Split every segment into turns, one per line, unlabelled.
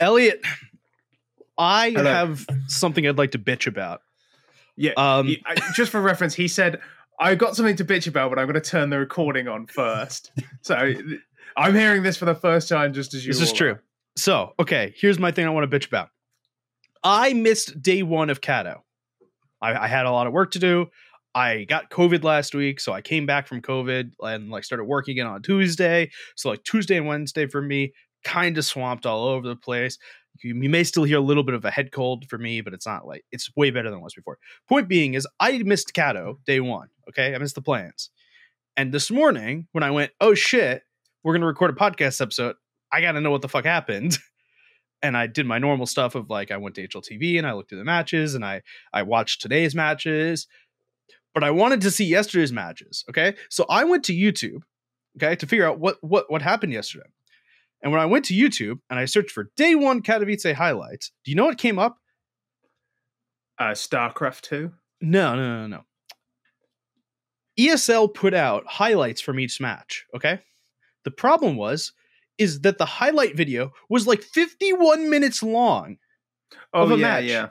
Elliot, I
Hello.
have something I'd like to bitch about.
Yeah.
Um,
He- I- just for reference, he said, "I got something to bitch about, but I'm going to turn the recording on first. So th- I'm hearing this for the first time, just as you.
This is
all
true. So, okay, here's my thing I want to bitch about. I missed day one of Cato. I, I had a lot of work to do. I got COVID last week, so I came back from COVID and like started working again on Tuesday. So like Tuesday and Wednesday for me, kind of swamped all over the place. You, you may still hear a little bit of a head cold for me, but it's not like it's way better than it was before. Point being is I missed Cato day one. Okay, I missed the plans. And this morning when I went, oh shit, we're gonna record a podcast episode. I got to know what the fuck happened. And I did my normal stuff of like I went to HLTV and I looked at the matches and I I watched today's matches. But I wanted to see yesterday's matches, okay? So I went to YouTube, okay, to figure out what what what happened yesterday. And when I went to YouTube and I searched for day 1 Katowice highlights, do you know what came up?
Uh, Starcraft Two.
No, no, no, no. ESL put out highlights from each match, okay? The problem was is that the highlight video was like 51 minutes long.
Oh
Of a
yeah,
match.
yeah.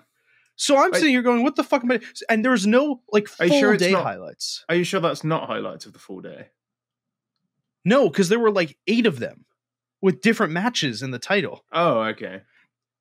So I'm
I-
sitting here going, what the fuck am I and there was no like
Are
full
you sure it's
day
not-
highlights.
Are you sure that's not highlights of the full day?
No, because there were like eight of them with different matches in the title.
Oh, okay.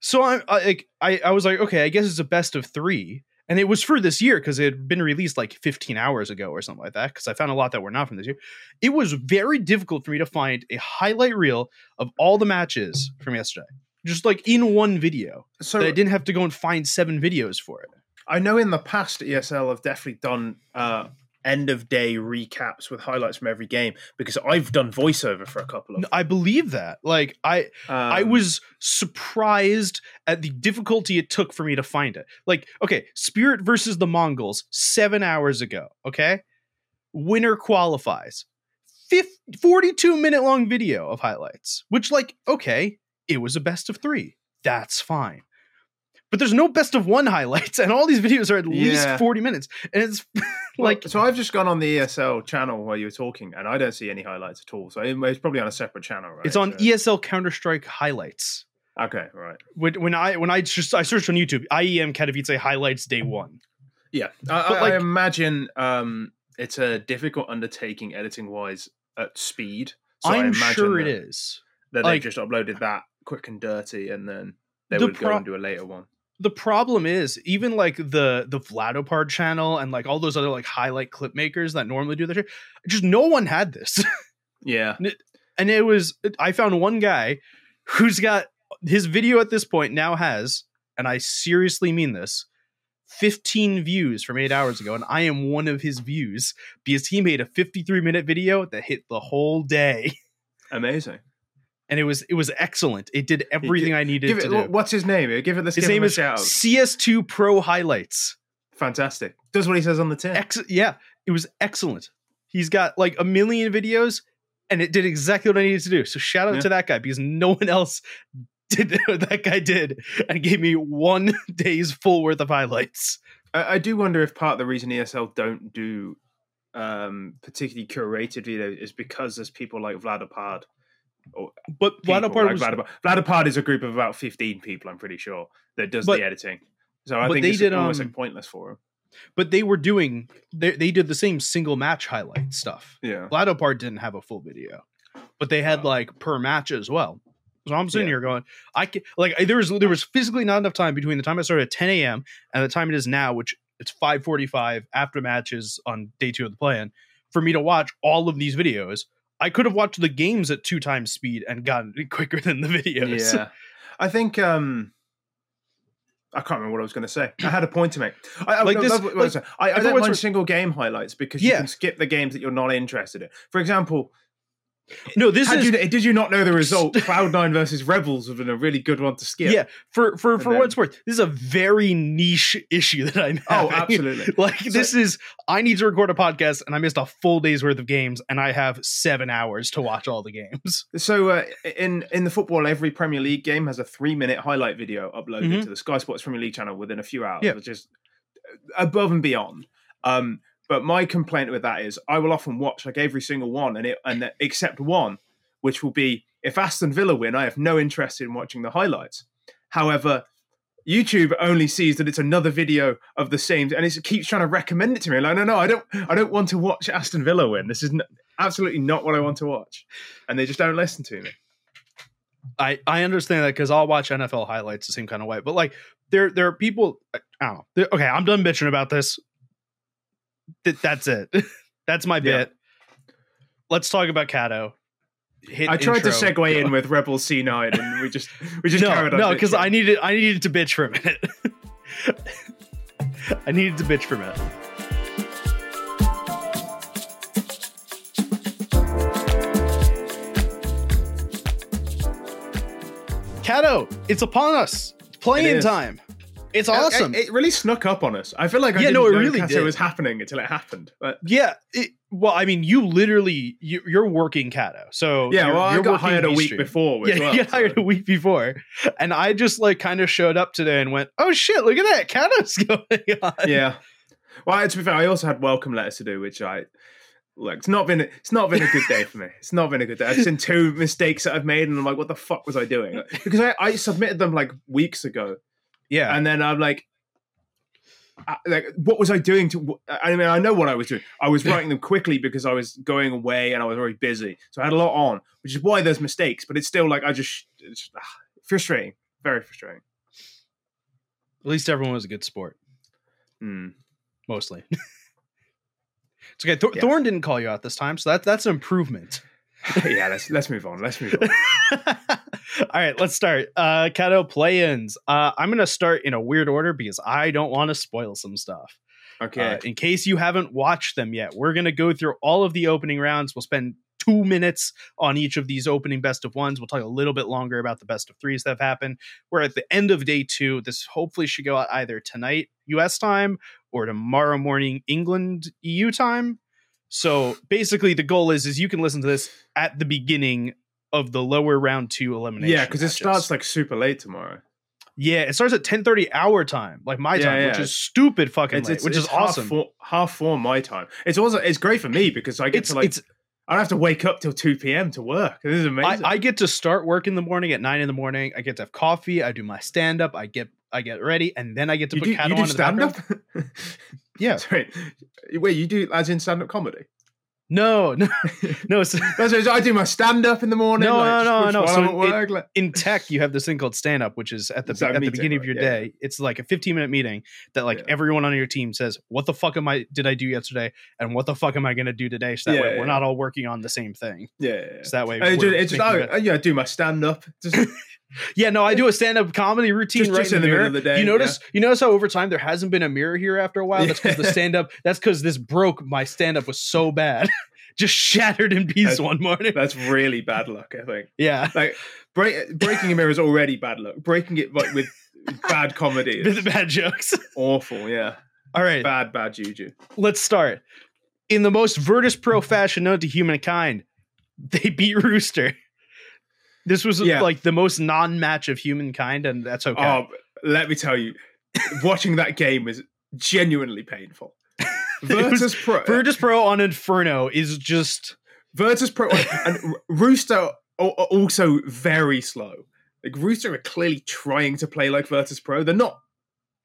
So I, I like I, I was like, okay, I guess it's a best of three. And it was for this year because it had been released like 15 hours ago or something like that. Because I found a lot that were not from this year. It was very difficult for me to find a highlight reel of all the matches from yesterday, just like in one video.
So
that I didn't have to go and find seven videos for it.
I know in the past ESL have definitely done uh, end of day recaps with highlights from every game because I've done voiceover for a couple of.
No, I believe that. Like I, I
um,
was surprised at the difficulty it took for me to find it. Like, okay, Spirit versus the Mongols seven hours ago. Okay, winner qualifies. 50, 42 minute long video of highlights, which, like, okay, it was a best of three. That's fine. But there's no best of one highlights, and all these videos are at least
Yeah.
40 minutes. And it's
Well,
like,
so I've just gone on the ESL channel while you were talking, and I don't see any highlights at all. So it- it's probably on a separate channel, right?
it's on E
So-
ESL Counter Strike highlights.
Okay, right.
When, when I when I just I searched on YouTube, IEM Katowice highlights day one.
Yeah, I,
But,
I,
like-
I imagine um, it's a difficult undertaking editing wise at speed. So I
I'm
imagine
sure it
that,
is.
That
Like-
they just uploaded that quick and dirty, and then they
The
would
pro-
go and do a later one.
The problem is even like the the Vladopar channel and like all those other like highlight clip makers that normally do that shit, just no one had this.
Yeah,
and it was I found one guy who's got his video at this point now has, and I seriously mean this, 15 views from eight hours ago, and I am one of his views because he made a 53 minute video that hit the whole day.
amazing.
And it was it was excellent. It did everything I needed
Give
to
it,
do.
what's his name? Give it this.
His
give him
name
a
is
shout out.
CS2 Pro Highlights.
Fantastic. Does what he says on the tin.
Ex- yeah, it was excellent. He's got like a million videos, and it did exactly what I needed to do. So shout out
Yeah.
to that guy because no one else did what that guy did and gave me one day's full worth of highlights.
I, I do wonder if part of the reason ESL don't do um, particularly curated videos is because there's people like Vladopard.
But
people
Vladopar
like
was
Vladopar. Vladopar is a group of about 15 people, I'm pretty sure, that does
But-
the editing. So I
but
think
they
it's
did,
almost
um,
like pointless for him.
but they were doing they they did the same single match highlight stuff.
Yeah.
Vladopar didn't have a full video, but they had
Wow.
like per match as well. So I'm sitting
Yeah.
here going, I can like I- there was there was physically not enough time between the time I started at 10 a.m. and the time it is now, which it's 5:45 after matches on day two of the plan, for me to watch all of these videos. I could have watched the games at two times speed and gotten it quicker than the videos.
Yeah. I think um I can't remember what I was going to say. I had a point to make. I, I,
Like
no,
this-
that's what I was saying. I, I
everyone's
don't
re-
mind single game highlights because you
Yeah.
can skip the games that you're not interested in. For example,
No, this
had
is
you, did you not know the result? Cloud9 versus Rebels would have been a really good one to skip.
yeah for for
And
for
then-
what it's worth. This is a very niche issue that I'm
Oh,
having.
absolutely.
like this is i need to record a podcast and i missed a full day's worth of games and i have seven hours to watch all the games
So uh, in in the football, every Premier League game has a three minute highlight video uploaded
Mhm.
to the Sky Sports Premier League channel within a few hours,
Yeah.
which is uh, above and beyond. Um, but my complaint with that is, I will often watch like every single one, and it and that- except one, which will be if Aston Villa win, I have no interest in watching the highlights. However, YouTube only sees that it's another video of the same, and it's, it keeps trying to recommend it to me. Like, no, no, I don't, I don't want to watch Aston Villa win. This is n- absolutely not what I want to watch, and they just don't listen to me.
I I understand that because I'll watch NFL highlights the same kind of way. But like there there are people I don't know. There- Okay, I'm done bitching about this. Th- that's it. that's my
Yeah.
bit. Let's talk about Cato. Hit
I tried to
intro.
segue in with Rebel C9, and we just, we just
No,
carried on.
no, because
bitching.
I needed I needed to bitch for a minute. I needed to bitch for a minute. Cato, it's upon us. It's Playing
is.
time. It's
It- it-
awesome.
It, really snuck up on us. I feel like I
Yeah,
didn't
no, it
know
really
Cato
did.
was happening until it happened. But
yeah. It, well, I mean, you literally you, you're working Cato, so
yeah,
you're,
well, I
you're
got
working
hired a week
mainstream.
before.
Yeah,
as well,
you got hired
so-
a week before, and I just like kind of showed up today and went, "Oh shit, look at that, Cato's going on."
yeah. Well, to be fair, I also had welcome letters to do, which I look. It's not been. It's not been a good day for me. It's not been a good day. I've seen two mistakes that I've made, and I'm like, what the fuck was I doing? Like, Because I, I submitted them like weeks ago,
Yeah,
and then I'm like. I, like what was I doing to? I mean, I know what I was doing. I was writing them quickly because I was going away and I was very busy, so I had a lot on, which is why there's mistakes. But it's still like I just it's, ah, frustrating, very frustrating.
at least everyone was a good sport,
Hmm.
mostly. it's okay. Thor-
Yeah.
Thorne didn't call you out this time, so that that's an improvement.
yeah, let's let's move on. Let's move on.
All right, let's start. Uh Cato play-ins. Uh, I'm gonna start in a weird order because I don't want to spoil some stuff.
Okay.
Uh, in case you haven't watched them yet, we're going to go through all of the opening rounds. We'll spend two minutes on each of these opening best of ones. We'll talk a little bit longer about the best of threes that have happened. We're at the end of day two. This hopefully should go out either tonight, US time, or tomorrow morning, England, EU time. So basically, the goal is is you can listen to this at the beginning of the lower round two elimination.
yeah, because it
matches.
starts like super late tomorrow.
yeah, it starts at ten thirty hour time, like my
Yeah,
time, which
yeah.
is stupid fucking
It's,
late,
it's-
which
it's
is awesome.
Half four, half four my time. It's also it's great for me because I get
it's
to like
it's
I don't have to wake up till two p.m. to work. This is
I,
amazing.
I get to start work in the morning at nine in the morning. I get to have coffee. I do my stand up. I get I get ready, and then I get to
you
put
do,
Cat
you
on.
do
in the
stand
background.
up.
Yeah.
Sorry, wait, you do as in stand up comedy?
No, no, no. It's,
That's what, I do my stand up in the morning.
No,
like,
no, no,
which-
no,
while
so
I'm at
it-
work, like-
in tech, you have this thing called stand up, which is at the
It's that
at the
meeting,
beginning of
right?
your
Yeah, yeah.
day. It's like a fifteen minute meeting that like
Yeah.
everyone on your team says, "What the fuck am I? Did I do yesterday? And what the fuck am I going to do today?" So that
Yeah,
way we're
yeah.
not all working on the same thing.
yeah, yeah, yeah.
So that way,
I
we're
just, it's just,
making
oh,
better-
oh, yeah, I do my stand up. Just
Yeah, no, I do a stand-up comedy routine
Just-
right
just
in the, mirror.
of the day,
you notice, you notice how over time there hasn't been a mirror here after a while. That's because the
Yeah.
stand-up. That's because this broke. My stand-up was so bad, just shattered in pieces
That's-
one morning.
that's really bad luck, I think.
Yeah,
Like break, breaking a mirror is already bad luck. Breaking it like with bad comedy
with
is
bad jokes.
awful. Yeah,
All right,
bad, bad juju.
let's start. In the most Virtus Pro fashion known to humankind, they beat Rooster. This was
Yeah.
like the most non-match of humankind, and that's okay.
Oh, let me tell you, watching that game was genuinely painful.
It was-
Virtus Pro,
Virtus Pro on Inferno is just
Virtus Pro, and R- Rooster are are also very slow. Like Rooster are clearly trying to play like Virtus Pro. They're not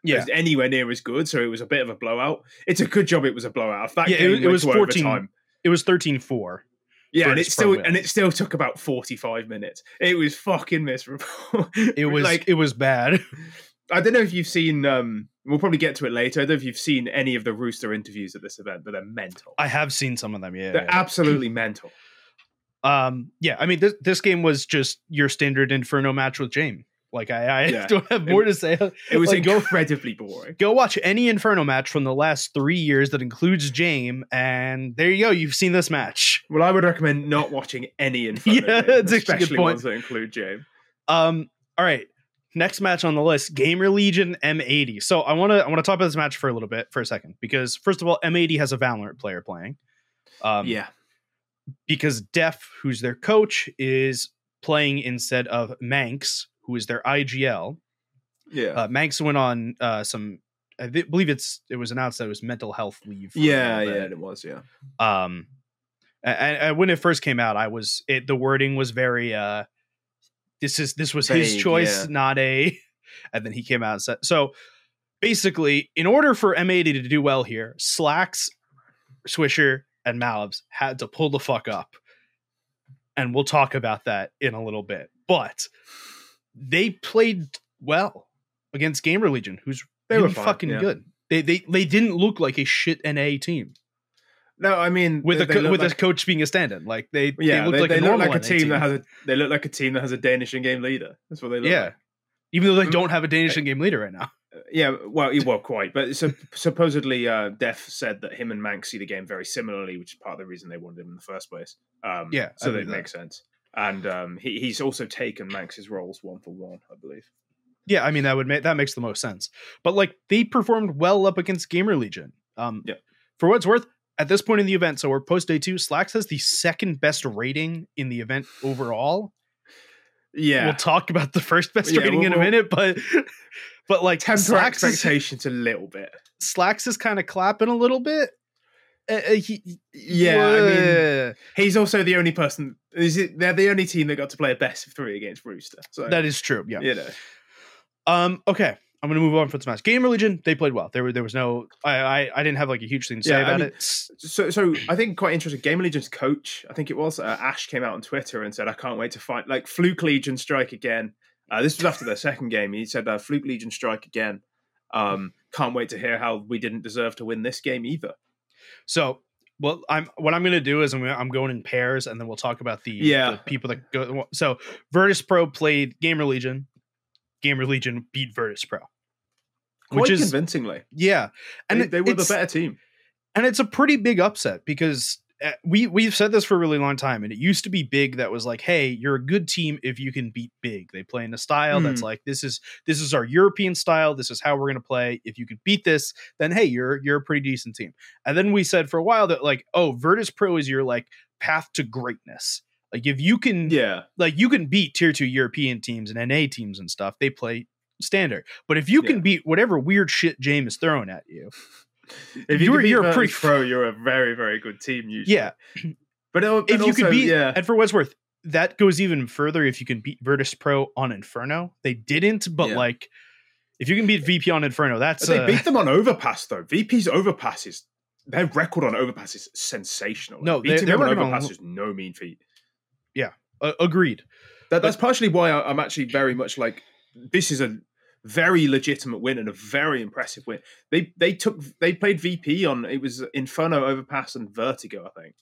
yeah.
as- anywhere near as good, so it was a bit of a blowout. It's a good job it was a blowout. If that
Yeah, it
game
was- it
went
was
to
14
overtime,
It was 13-4.
Yeah, and it
Virtus
still
Pro
and it still took about forty five minutes. It was fucking miserable.
It was
like
it was bad.
I don't know if you've seen. um We'll probably get to it later. I don't know if you've seen any of the Rooster interviews at this event, but they're mental.
I have seen some of them. Yeah.
they're
yeah.
absolutely mental.
um. Yeah. I mean, this this game was just your standard Inferno match with Jame. Like I, I
Yeah.
don't have more to say.
It was
Like, go-
incredibly boring.
Go watch any Inferno match from the last three years that includes Jame, and there you go. You've seen this match.
Well, I would recommend not watching any Inferno,
Yeah,
games,
that's actually a good
especially
point.
ones that include James.
Um. All right. Next match on the list: Gamer Legion M80. So I want to I want to talk about this match for a little bit for a second because first of all, M80 has a Valorant player playing. Um,
yeah,
because Def, who's their coach, is playing instead of Manx, who is their IGL.
yeah,
Uh, Manx went on uh, some, I thi- believe it's it was announced that it was mental health leave. for a
yeah,
little
yeah.
bit.
It was yeah.
Um, and, and when it first came out, I was it. The wording was very. uh This is this was his
Vague,
choice,
yeah.
not a And then he came out and said, so basically, in order for M80 to do well here, Slacks, Swisher, and Malibs had to pull the fuck up. And we'll talk about that in a little bit. But they played well against Gamer Legion, who's
They
really
were fine,
fucking
yeah.
good. They, they they didn't look like a shit NA team
No, I mean
with
they-
a
they
co-
look
with
like-
a coach being a stand-in. Like they,
yeah,
they looked
they,
like
they
a
look
normal
like a
NA
team, that has a they look like a team that has a Danish in game leader. That's what they look
yeah.
like.
Even though they don't have a Danish in game leader right now.
Yeah, well, yeah, well, quite. But so, supposedly, uh, Def said that him and Mank see the game very similarly, which is part of the reason they wanted him in the first place. Um,
Yeah, I
so that
believe that.
makes sense. And um, he, he's also taken Manx's roles one for one, I believe.
Yeah, I mean that would make that makes the most sense. But like they performed well up against Gamer Legion. Um
Yeah.
for what it's worth, at this point in the event, so we're post day two, Slacks has the second best rating in the event overall.
Yeah,
We'll talk about the first best
Yeah,
rating
we'll-
in a
we'll-
minute, but but like
temper
Slacks is,
expectations a little bit.
Slacks is kind of clapping a little bit. Uh, uh, he,
Yeah, I mean,
Uh,
he's also the only person. Is it, they're the only team that got to play a best of three against Rooster. So
that is true. Yeah.
you know,
Um. Okay. I'm gonna move on from this match. Game Religion. They played well. There were there was no. I I, I didn't have like a huge thing to say
Yeah, I
about
mean,
it.
so so I think quite interesting. Game of Legion's coach, I think it was uh, Ash, came out on Twitter and said, "I can't wait to fight like Fluke Legion strike again." Uh, this was after their second game. He said, uh, "Fluke Legion strike again." Um, can't wait to hear how we didn't deserve to win this game either.
So well, I'm what I'm gonna do is I'm gonna, I'm going in pairs, and then we'll talk about the
Yeah.
the people that go. So Virtus Pro played Gamer Legion. Gamer Legion beat Virtus Pro.
Quite
Which is-
convincingly,
Yeah, and
and they,
it-
they were the
it's-
better team.
and it's a pretty big upset because uh, we we've said this for a really long time and it used to be big that was like hey you're a good team if you can beat big they play in a style that's
Mm.
like this is this is our european style this is how we're going to play if you can beat this then hey you're you're a pretty decent team and then we said for a while that like oh virtus pro is your like path to greatness like if you can
Yeah,
like you can beat tier two European teams and NA teams and stuff. They play standard. But if you can
Yeah.
beat whatever weird shit James is throwing at you,
if you
You're-
are
you're a pretty-
pretty pro, you're a very very good team. Usually,
yeah,
But uh,
if you
also,
could beat
yeah,
and for what's worth that goes even further if you can beat Virtus Pro on Inferno. They didn't, but
Yeah.
like if you can beat VP on Inferno, that's
But they
uh,
beat them on overpass though. VP's overpass is their record on overpass is sensational.
No, they-
beating
their
them on
record on-
overpass is no mean feat.
uh, agreed.
That, that's partially why I, I'm actually very much like this is a very legitimate win and a very impressive win. They they took they played VP on it was Inferno overpass and Vertigo. I think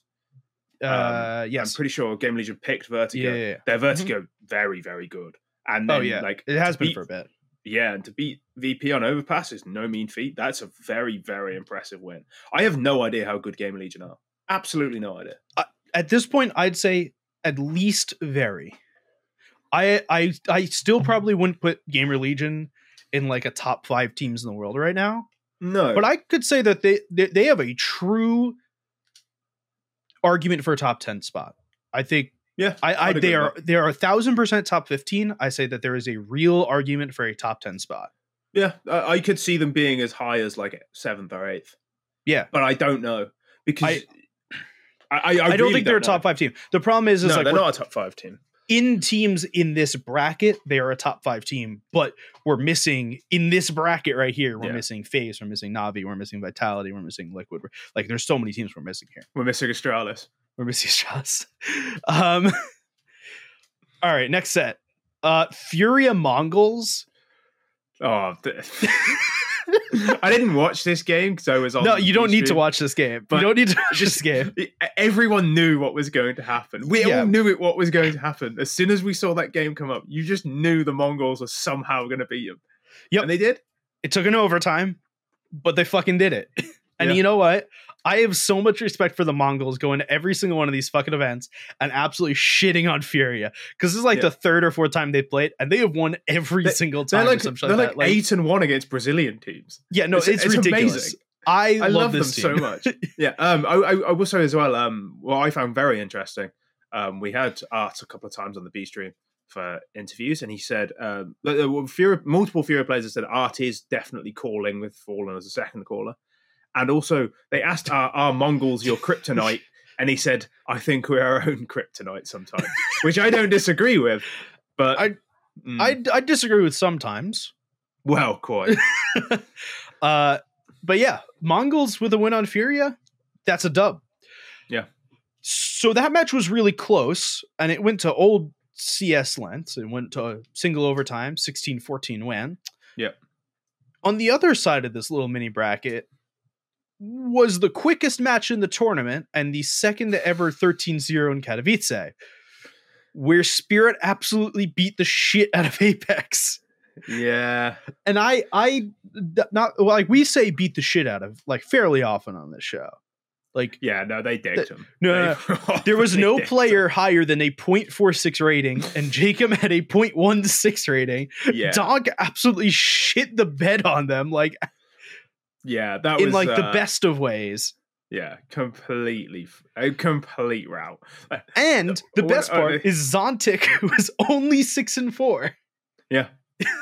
Uh,
Um, I'm
yes,
pretty sure Game Legion picked
yeah,
Vertigo.
yeah, yeah.
Their Vertigo very very good. And
Oh,
then,
yeah.
like
It has
to
been
beat-
for a bit.
yeah, and to beat VP on Overpass is no mean feat. That's a very, very impressive win. I have no idea how good Game of Legion are. Absolutely no idea.
At this point, I'd say at least very. I I I still probably wouldn't put Gamer Legion in like a top five teams in the world right now.
No,
but I could say that they, they they have a true argument for a top ten spot. I think
yeah,
I, I
I'd agree
they
with
are they are a thousand percent top fifteen. I say that there is a real argument for a top ten spot.
that. yeah, I, I could see them being as high as like seventh or eighth.
Yeah.
but I don't know because I, I, I,
I, don't
really
think they're a
know.
top five team. The problem is is
no,
like
they're
we're-
not a top five team.
in teams in this bracket, they are a top five team, but we're missing in this bracket right here. We're
Yeah.
missing Phase, we're missing Navi, we're missing Vitality, we're missing Liquid. We're, like there's so many teams we're missing here.
We're missing Astralis.
We're missing shots. Um, all right, next set. Uh, Furia Mongols.
Oh, th- I didn't watch this game because I was on.
No, you don't need to
stream.
watch this game.
But-
you don't need to watch this game.
Everyone knew what was going to happen. We
Yeah.
all knew it. What was going to happen as soon as we saw that game come up. You just knew the Mongols were somehow going to beat them.
Yep.
and they did.
It took an overtime, but they fucking did it. and
Yeah.
you know what? I have so much respect for the Mongols going to every single one of these fucking events and absolutely shitting on Furia because this is like
Yeah.
the third or fourth time they played, and they have won every
They-
single time.
They're
or
like,
something
they're
like
like,
that. Like,
eight and one against Brazilian teams.
yeah, no, it's, ridiculous.
amazing.
I,
I
love,
love, them
this
so
team.
much. yeah. Um. I, I, I will say as well. Um. What I found very interesting. Um. We had Art a couple of times on the B stream for interviews, and he said, um, like, uh, well, Fury, multiple Fury players have said Art is definitely calling with Fallen as a second caller, and also they asked, "Are, are Mongols your kryptonite?" And he said, "I think we're our own kryptonite sometimes," which I don't disagree with. But
I-
Mm.
I, I disagree with sometimes.
Well, quite.
Uh, but yeah, Mongols with a win on Furia, that's a dub.
Yeah.
So that match was really close, and it went to old CS lengths. It went to a single overtime, 16 14 win.
Yeah.
On the other side of this little mini bracket was the quickest match in the tournament and the second ever 13 0 in Katowice, where Spirit absolutely beat the shit out of Apex
yeah.
and I, I d- not well, like we say beat the shit out of like fairly often on this show. Like
Yeah, no, they did him.
no, no, no. uh, there was no player higher than a 0.46 rating, and Jacob had a 0.16 rating.
Yeah.
Dog absolutely shit the bed on them, like
Yeah, that
in
was
like the
uh,
best of ways.
Yeah, completely f- a complete route.
And the
what
best
are
part
they-
is Zontic was only six and four.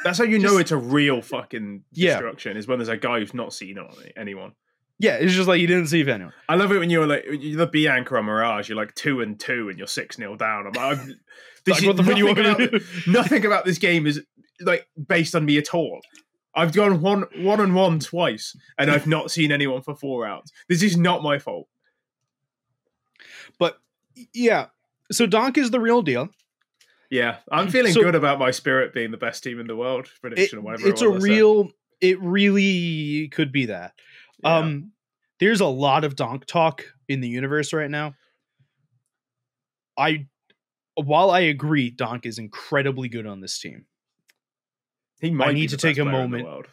That's how you know
Just-
it's a real fucking
Yeah.
destruction is when there's a guy who's not seen on anyone.
Yeah, it's just like you didn't see anyone.
I love it when you're like you're the B anchor on Mirage. You're like two and two, and you're six nil down. I'm like, I'm-
Like,
this is
what the fuck you want
nothing
me to
about-
do?
nothing about this game is like based on me at all. I've gone one one and one twice, and I've not seen anyone for four rounds. This is not my fault.
But yeah, so Donk is the real deal.
Yeah, I'm feeling
So-
good about my spirit being the best team in the world prediction. or
It-
whatever. it
it's a
was I said.
real it really could be that
Yeah.
um there's a lot of donk talk in the universe right now i while i agree donk is incredibly good on this team
he might be
need
the
to take
best
a
player in the
moment.
world.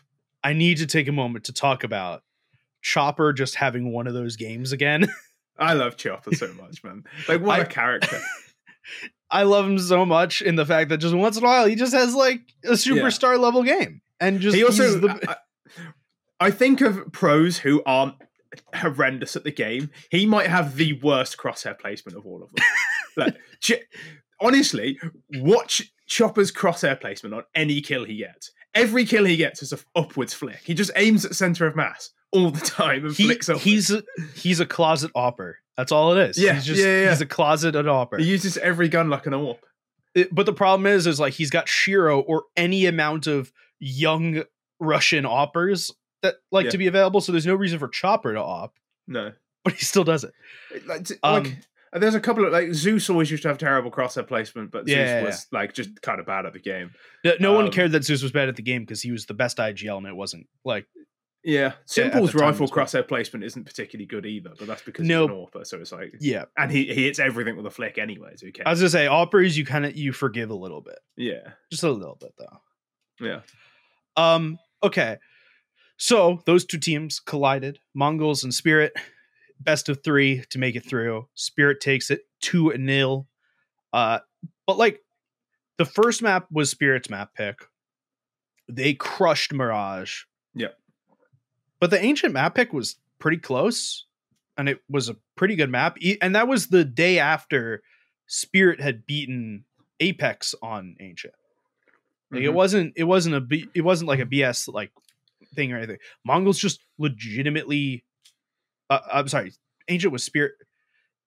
i need to take a moment to talk about chopper just having one of those games again
I love Chopper so much, man. Like what a
I-
character.
i love him so much in the fact that just once in a while he just has like a superstar level game and just
he also
he's the,
I, I think of pros who aren't horrendous at the game he might have the worst crosshair placement of all of them like, ch- honestly watch chopper's crosshair placement on any kill he gets every kill he gets is a f- upwards flick he just aims at center of mass all the time and
he-
flicks up
he's a, he's a closet opper that's all it is
Yeah,
he's just
yeah, yeah, yeah.
he's a closet opper
he uses every gun like an AWP.
It- but the problem is is like he's got Shiro or any amount of young Russian oppers that like
Yeah.
to be available, so there's no reason for Chopper to op,
no
but he still does it.
like, t-
Um,
like there's a couple of like zeus always used to have terrible crosshair placement but
Yeah, yeah,
zeus was like just kind of bad at the game
No, no one
Um,
cared that Zeus was bad at the game because he was the best IGL and it wasn't like
Yeah,
at
Simple's
the time
rifle
as well.
crosshair placement isn't particularly good either, but that's because
No.
he's an author, so it's like,
yeah.
and he, he hits everything with a flick anyway. So who cares?
I was gonna say oppers you kind of you forgive a little bit,
yeah,
just a little bit though.
yeah,
Um, okay, so those two teams collided, Mongols and Spirit, best of three to make it through. Spirit takes it two nil. Uh, but like the first map was Spirit's map pick. They crushed Mirage.
Yep.
But the ancient map pick was pretty close, and it was a pretty good map. E- And that was the day after Spirit had beaten Apex on Ancient. Like it
Mhm.
wasn't it wasn't a B, it wasn't like a BS like thing or anything. Mongols just legitimately uh, I'm sorry, Ancient was Spirit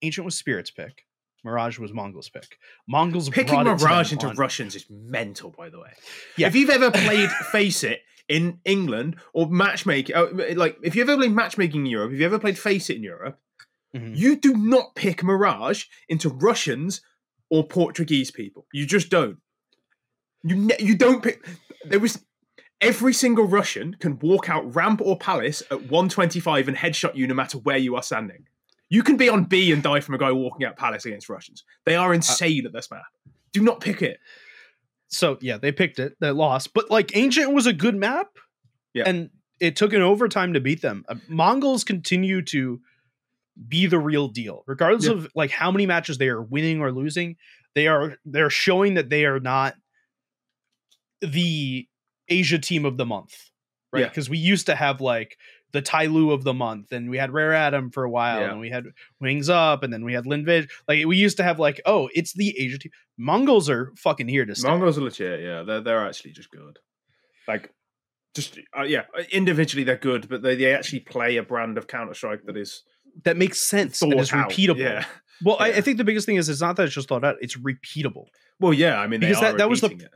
Ancient was Spirit's pick. Mirage was Mongols pick. Mongols
Picking
brought it to
Mirage
them
into
on-
Russians is mental, by the way.
Yeah.
If you've ever played Face It in England or matchmaking, oh, like if you've ever played matchmaking in Europe, if you ever played Face It in Europe,
Mhm.
you do not pick Mirage into Russians or Portuguese people. You just don't. You ne- you don't pick. There was every single Russian can walk out ramp or palace at 125 and headshot you no matter where you are standing. You can be on B and die from a guy walking out palace against Russians. They are insane at this map. Do not pick it.
so yeah, they picked it. They lost, but like Ancient was a good map,
Yeah.
and it took an overtime to beat them. Uh, Mongols continue to be the real deal, regardless
Yeah.
of like how many matches they are winning or losing. They are they're showing that they are not the Asia team of the month, right?
Yeah.
Because we used to have like the Tai Lu of the month, and we had Rare Adam for a while,
Yeah.
and we had Wings Up, and then we had Linvid. Like we used to have like, oh, it's the Asia team. Mongols are fucking here to stay.
Mongols are legit. Yeah, they're they're actually just good. Like, just uh, yeah, individually they're good, but they, they actually play a brand of Counter Strike that is
that makes sense and
thought
is
out.
repeatable.
Yeah.
Well, I, I
Yeah.
think the biggest thing is it's not that it's just thought out; it's repeatable.
Well, yeah. I mean, they
Because
are
that- that was the-
repeating it.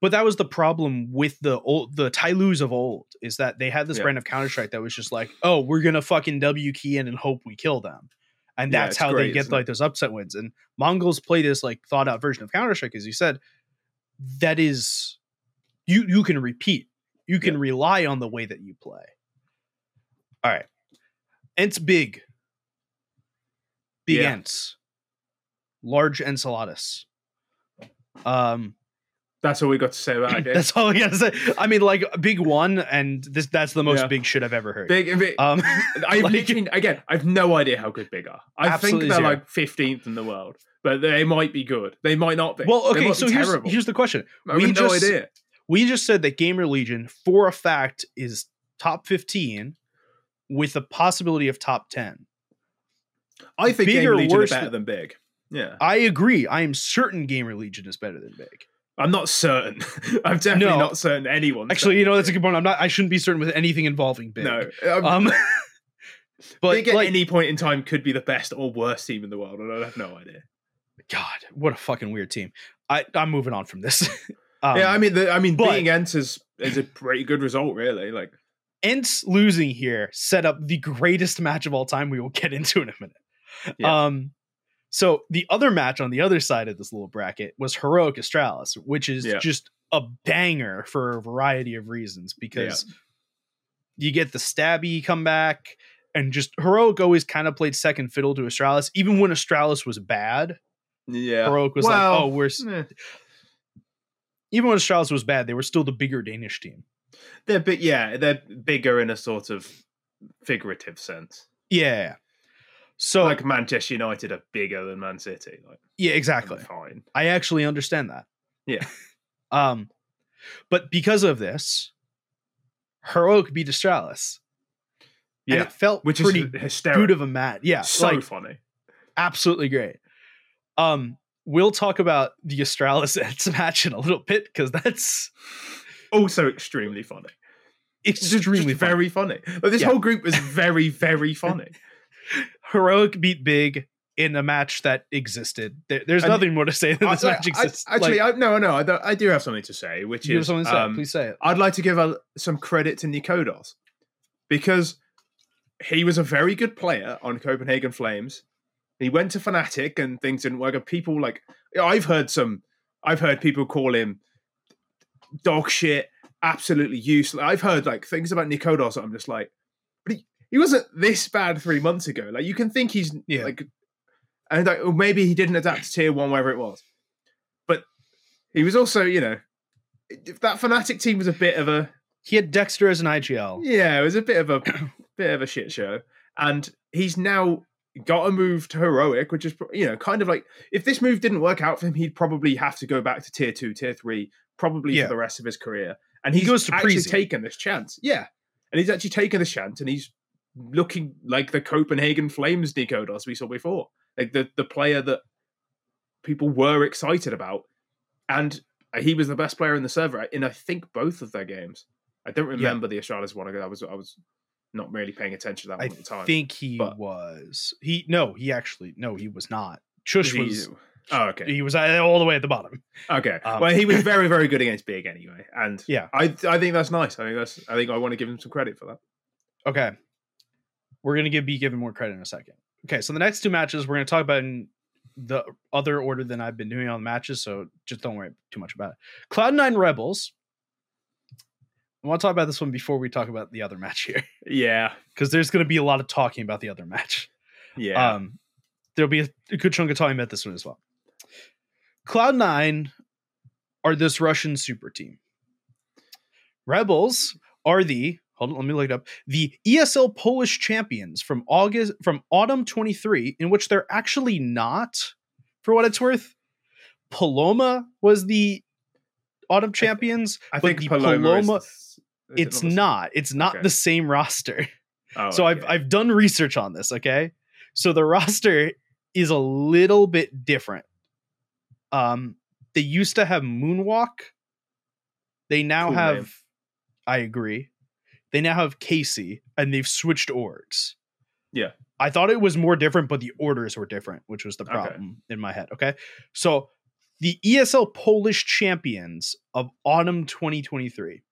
But that was the problem with the old the Tylus of old is that they had this
Yeah.
brand of Counter Strike that was just like, oh, we're gonna fucking W key in and hope we kill them. And
Yeah,
that's
it's
how
great,
they get
isn't it?
like those upset wins. And Mongols play this like thought out version of Counter Strike, as you said. That is you you can repeat. You can rely on the way that you play. All right. Ents big. Big
Yeah.
ents. Large enceladus. Um
That's all we got to say about that game.
that's all I gotta say. I mean, like big one, and this that's the most
Yeah.
big shit I've ever heard.
Big, big,
um
I
like-
literally, again, I've no idea how good Big are. I think
Absolutely
they're
zero.
like 15th in the world, but they might be good. They might not be.
well,
They
okay,
might
so
be
here's
terrible.
here's the question.
I
we
have no
just-
idea.
We just said that Gamer Legion, for a fact, is top fifteen with the possibility of top ten.
I think
big or
Game Legion are
worse
better
than-
than Big. Yeah,
I agree. I am certain Gamer Legion is better than Big.
I'm not certain. I'm definitely
No.
not certain anyone.
Actually, you know, that's a good point. I'm not I shouldn't be certain with anything involving Big.
no. Um,
Um But
Big at
like,
any point in time could be the best or worst team in the world, and I have no idea.
God, what a fucking weird team. I, I'm moving on from this. um,
yeah, I mean, the, I mean,
but-
being Ents is, is a pretty good result, really. Like,
Ents losing here set up the greatest match of all time. We will get into in a minute.
Yeah.
Um, so the other match on the other side of this little bracket was Heroic Astralis, which is
Yeah.
just a banger for a variety of reasons because you get the stabby comeback and just Heroic always kind of played second fiddle to Astralis, even when Astralis was bad.
yeah,
Heroic was
Well,
like, oh, we're s-"
eh,
even when Astralis was bad, they were still the bigger Danish team.
they're big. Yeah, they're bigger in a sort of figurative sense.
Yeah. So
like Manchester United are bigger than Man City. Like,
yeah, exactly.
fine.
I actually understand that.
Yeah.
um, but because of this, Heroic beat Astralis.
Yeah,
And it felt
which
pretty
is
good
hysterical.
of a match. Yeah.
so
like
funny.
absolutely great. Um, we'll talk about the Astralis Eds match in a little bit because that's
Also extremely funny. Just- just
extremely fun.
very funny. Like, this
Yeah.
whole group was very, very funny.
Heroic beat Big in a match that existed. There- there's
And-
nothing more to say than this
I-
match
I-
exists.
actually,
Like,
I, no, no, I, do- I do have something to say, which
you have
is
something to say?
um,
Please say it.
I'd like to give a, some credit to Nikodos because he was a very good player on Copenhagen Flames. He went to Fnatic and things didn't work. And people like I've heard some, I've heard people call him dog shit, absolutely useless. I've heard like things about Nikodos. that I'm just like, but he, he wasn't this bad three months ago. Like you can think he's
Yeah.
like, and like, or maybe he didn't adapt to tier one, wherever it was. But he was also, you know, if that Fnatic team was a bit of a
He had Dexter as an IGL.
yeah, it was a bit of a bit of a shit show. And he's now got a move to heroic, which is pro- you know kind of like if this move didn't work out for him, he'd probably have to go back to tier two, tier three, probably
Yeah.
for the rest of his career. And
He
he's
goes to
actually
Prezi.
taken this chance, yeah, and he's actually taken this chance, and he's looking like the Copenhagen Flames Nicodos we saw before, like the the player that people were excited about, and he was the best player in the server in I think both of their games. I don't remember the Astralis one. I was I was not really paying attention to that
I
one at the time.
think he
but-
was. He no, he actually no, he was not. Chush
He-
was.
Oh, okay.
He was uh, all the way at the bottom.
Okay.
um,
well, he was very, very good against Big anyway, and
Yeah.
I, I think that's nice. I think that's, I think I want to give him some credit for that.
Okay, we're gonna give be given more credit in a second. Okay, so the next two matches we're gonna talk about in the other order than I've been doing on the matches, so just don't worry too much about it. Cloud Nine Rebels. I want to talk about this one before we talk about the other match here,
Yeah,
because there's gonna be a lot of talking about the other match.
yeah.
Um, there'll be a, a good chunk of time at this one as well. Cloud Nine are this Russian super team. Rebels are the hold on, let me look it up. The ESL Polish champions from August from autumn 23, in which they're actually not, for what it's worth. Paloma was the autumn champions.
I
but
think
the
Paloma. is-
Paloma-
is it
It's
the-
not. It's not
Okay.
the same roster.
Oh,
So I've
okay.
I've done research on this, okay? So the roster is a little bit different. Um they used to have Moonwalk. They now
Cool
have
name.
I agree. They now have Casey and they've switched orgs.
Yeah.
I thought it was more different but the orders were different, which was the
Okay.
problem in my head, okay? So the ESL Polish champions of autumn 2023.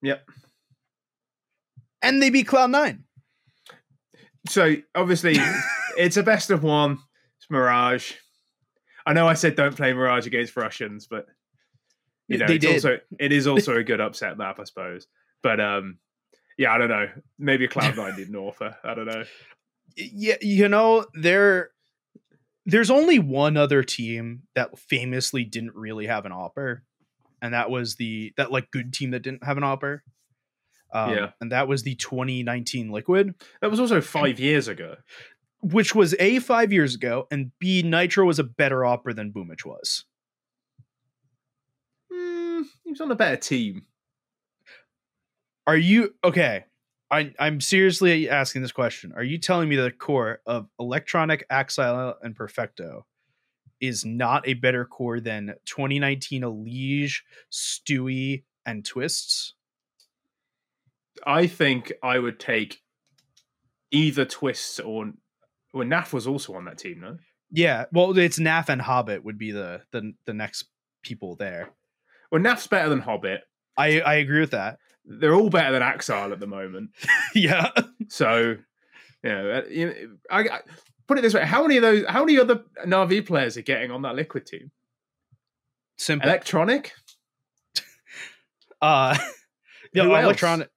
Yep.
And they beat Cloud9.
So obviously, it's a best of one. It's Mirage. I know I said don't play Mirage against Russians, but you know
They
it's
did.
also it is also a good upset map, I suppose. But um, yeah, I don't know. Maybe Cloud Nine did Norfa. I don't know.
yeah, you know, there there's only one other team that famously didn't really have an opper, and that was the that like good team that didn't have an opper. Um,
Yeah.
and that was the 2019 Liquid,
That was also five years ago.
which was a five years ago, and b Nitro was a better opper than Boomich was.
Hmm, he was on a better team.
Are you okay? I, I'm seriously asking this question. Are you telling me that the core of Electronic, Axile, and Perfecto is not a better core than 2019 Elige, Stewie, and Twists?
I think I would take either Twists or well, Naf was also on that team, no?
Yeah, well, it's Naf and Hobbit would be the the, the next people there.
Well, Naf's better than Hobbit.
I I agree with that.
They're all better than Axile at the moment.
yeah,
So, you know, uh, you- I, I- put it this way: how many of those, how many other Navi players are getting on that Liquid team?
simple.
Electronic,
uh, yeah,
Who else?
Electronic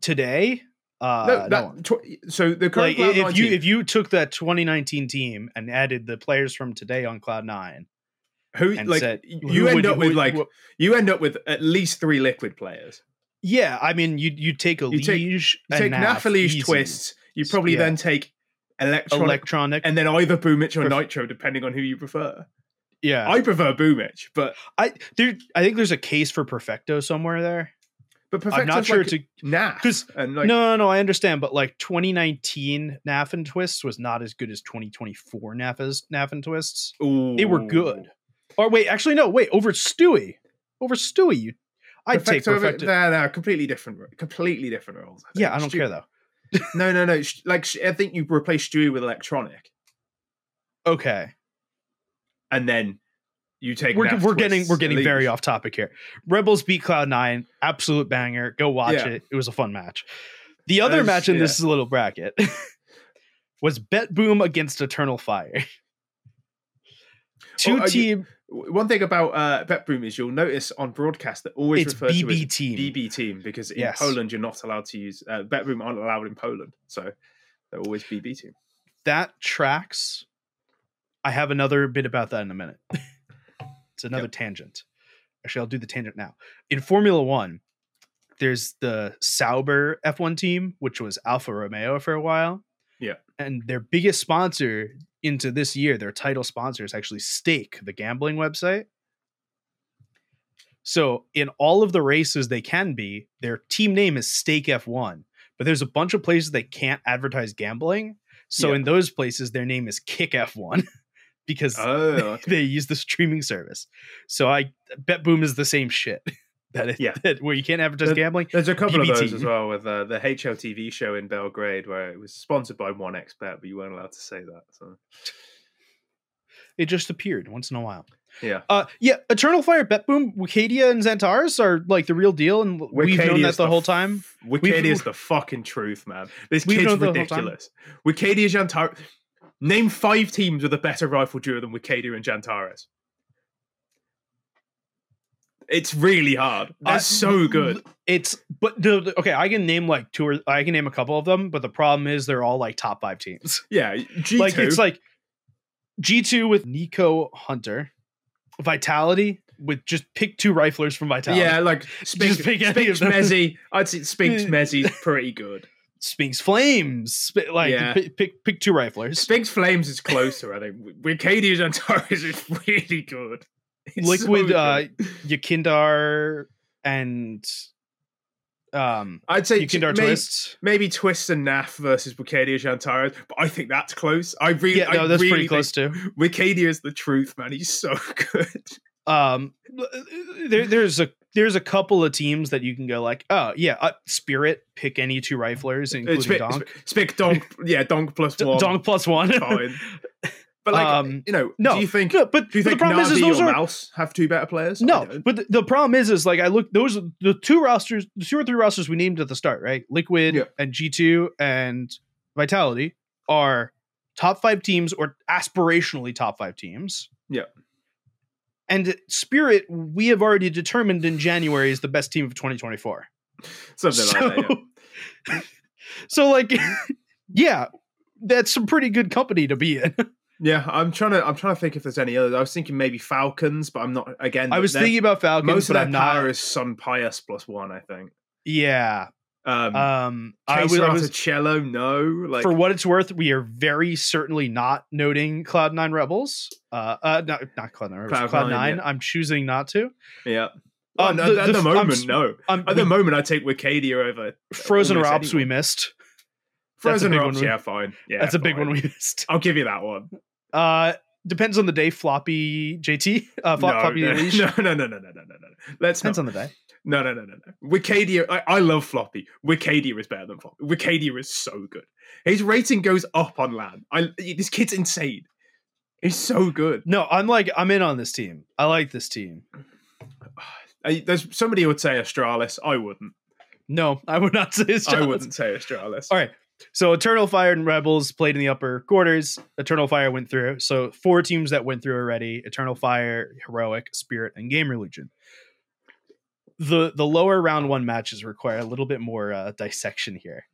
today. Uh,
no,
no one.
that, tw- so the
like
current
i-
Cloud9
if you
team,
if you took that 2019 team and added the players from today on cloud nine
who
and
like
said
y-
who
you end
would-
up
who
with
would-
like
who-
you end up with at least three Liquid players.
yeah i mean you you take a
You take-
liege
You take
and Naf,
Nathalie
easy.
twists. You probably
Yeah.
then take electronic,
electronic
and then either Boomich or
Perf-
Nitro, depending on who you prefer.
yeah
I prefer Boomich, but
I, there i think there's a case for perfecto somewhere there
but Perfecto's
i'm not sure
like
it's a
Naf
'cause-
and like
no, no, no, I understand, but like 2019 Naf and Twists was not as good as 2024 Naf as Naf and Twists. They were
ooh.
good. Or wait, actually, no, wait, over Stewie, over Stewie, you, I'd take Perfecto.
Perfecto, No, no, completely different, ro- completely different roles. think.
yeah, I don't
Stu-
care though.
No, no, no. sh- Like sh- I think you replace Stewie with electronic,
Okay,
and then you take.
we're,
Naf
we're getting
Twists
we're getting
and
very
Leash.
off topic here. Rebels beat Cloud Nine, absolute banger. Go watch
Yeah.
it. It was a fun match. The other
As-
match in
yeah.
this little bracket was Bet Boom against Eternal Fire. Two
Oh, are you-
team
W- One thing about uh, Bet Boom is you'll notice on broadcast that always
it's
refer to
BB
as
team.
BB team because in
Yes.
Poland you're not allowed to use uh, Bet Boom aren't allowed in Poland, so they're always BB team.
That tracks. I have another bit about that in a minute. it's another tangent. Actually, I'll do the tangent now. In Formula One, there's the Sauber F1 team, which was Alfa Romeo for a while.
Yeah.
And their biggest sponsor into this year, their title sponsor is actually Stake, the gambling website. So in all of the races they can be, their team name is Stake F1, but there's a bunch of places they can't advertise gambling. So
Yeah.
in those places, their name is Kick F1 because
Oh,
they use the streaming service. So I bet Boom is the same shit. That it,
Yeah.
that- where you can't advertise
The-
gambling.
There's a couple
BB
of those as
team.
well with uh, the HLTV show in Belgrade where it was sponsored by one expert, but you weren't allowed to say that. So
It just appeared once in a while.
yeah,
Uh, yeah, Eternal Fire, Bet Boom, Wicadia, and Xantaris are like the real deal, and we've known that
Wikidata's
the,
the
whole time.
Wikidata's the fucking truth, man. This
We've
kid's
known the whole time.
ridiculous. Wicadia Jantar. Name five teams with a better rifle duo than Wicadia and Jantares. It's really hard. That's
Uh,
so good.
It's but the, the- okay, I can name like two or I can name a couple of them, but the problem is they're all like top five teams.
Yeah, G2.
Like it's like G two with Nico Hunter, Vitality with just pick two riflers from Vitality.
yeah, like Spinks,
pick any
Spinks
of them.
Mezzi. I'd say Spinks Mezzi's pretty good.
Spinks Flames, sp- like
Yeah.
pi- pick pick two riflers.
Sphinx Flames is closer, I think. Wicadia's Antares is really good. It's
Liquid,
so
uh,
good.
Yakindar and um
I'd say
Yakindar
may-
twists.
Maybe Twists and Naf versus Wicadia Antares, but I think that's close. I really,
Yeah, no, that's
I
pretty close too.
Wicadia is the truth, man. He's so good. Uh,
um there, there's a there's a couple of teams that you can go like oh yeah uh, spirit pick any two riflers including
Spick
donk
Spick Donk, oh, yeah, Donk plus
D-
one.
donk plus one
fine. But like,
Um,
you know,
no,
do you think
no, but
do you think
the problem is, is
Na'Vi
those
or
are
Mouse have two better players? I
No,
don't.
but the, the problem is, is like I look those are the two rosters, the two or three rosters we named at the start, right? Liquid
Yeah.
and G two and Vitality are top five teams or aspirationally top five teams.
Yeah.
And Spirit, we have already determined in January is the best team of 2024.
something
so,
like that. yeah.
so like, yeah, that's some pretty good company to be in.
Yeah, I'm trying to. I'm trying to think if there's any others. I was thinking maybe Falcons, but I'm not. Again,
I was
they're-
thinking about Falcons,
most of
but
their
I'm
power
not.
is Sun Pius plus one. I think.
Yeah.
Um,
Um, I
Case
was, I was
Articello, no. Like,
for what it's worth, we are very certainly not noting Cloud Nine Rebels. Uh, uh not, not Cloud Nine Rebels.
Cloud
Cloud,
Nine,
Nine. I'm choosing not to.
yeah.
Um,
Oh, no,
the-
at
the
the,
f- I'm
moment,
s-
no.
Um,
At the moment, I take Wicadia over
Frozen
almost
Robs we
anyone.
missed.
Frozen
big
Rocks.
one we-
Yeah, fine. Yeah,
That's a big
fine.
one we missed.
I'll give you that one.
Uh, depends on the day. Floppy JT. Uh, flop,
no,
floppy
no,
Unleashed.
no, no, no, no, no, no, no, no. Let's not.
Depends on the day.
No, no, no, no, no. Wicadia, I, I love Floppy. Wicadia is better than Floppy. Wicadia is so good. His rating goes up on land. I, this kid's insane. He's so good.
No, I'm like I'm in on this team. I like this team.
I, there's somebody would say Astralis. I wouldn't.
No, I would not say it's
I
John's.
wouldn't say Astralis.
All right. So Eternal Fire and Rebels played in the upper quarters. Eternal Fire went through. So four teams that went through already: Eternal Fire, Heroic, Spirit, and Gamer Legion. The the lower round one matches require a little bit more uh, dissection here.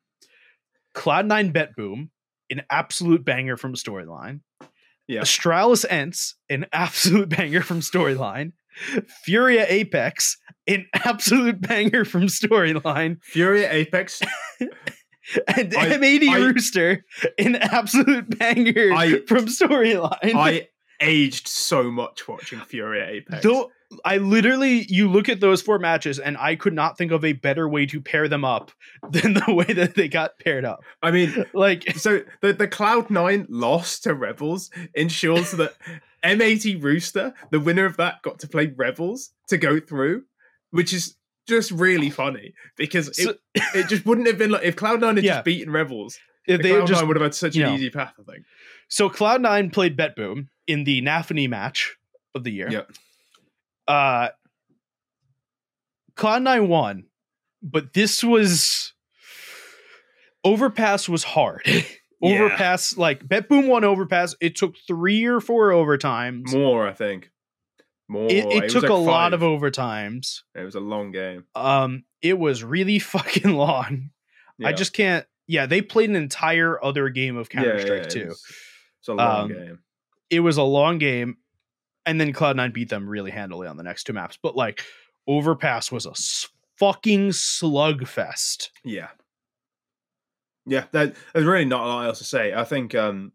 Cloud9 Bet Boom, an absolute banger from storyline.
Yeah.
Astralis Ents, an absolute banger from storyline. Furia Apex, an absolute banger from storyline
Fury at Apex.
and
I-
M80
I-
Rooster, an absolute banger
I-
from storyline.
I aged so much watching Fury at Apex.
Though I literally, you look at those four matches, and I could not think of a better way to pair them up than the way that they got paired up.
I mean,
Like,
so the, the Cloud Nine loss to Rebels ensures that M80 Rooster, the winner of that, got to play Rebels to go through, which is just really funny because it,
So-
it just wouldn't have been like if Cloud Nine had
Yeah.
just beaten Rebels,
if
the
they
Cloud
had just
Nine would have had such
you
an
know.
easy path. I think.
so Cloud9 played Bet Boom in the Nafani match of the year.
Yep.
Uh, Cloud9 won, but this was Overpass was hard. Overpass, like Bet Boom won Overpass. It took three or four overtimes.
More, I think. More.
it, it
was
took
like
a lot of
five.
overtimes.
It was a long game.
Um, it was really fucking long. I
Yeah.
just can't. Yeah, they played an entire other game of
Yeah,
Counter Strike
yeah,
too.
It was, it's a long
Um,
game.
it was a long game, and then Cloud9 beat them really handily on the next two maps. But like, Overpass was a s- fucking slugfest.
Yeah. Yeah, that, there's really not a lot else to say. I think um,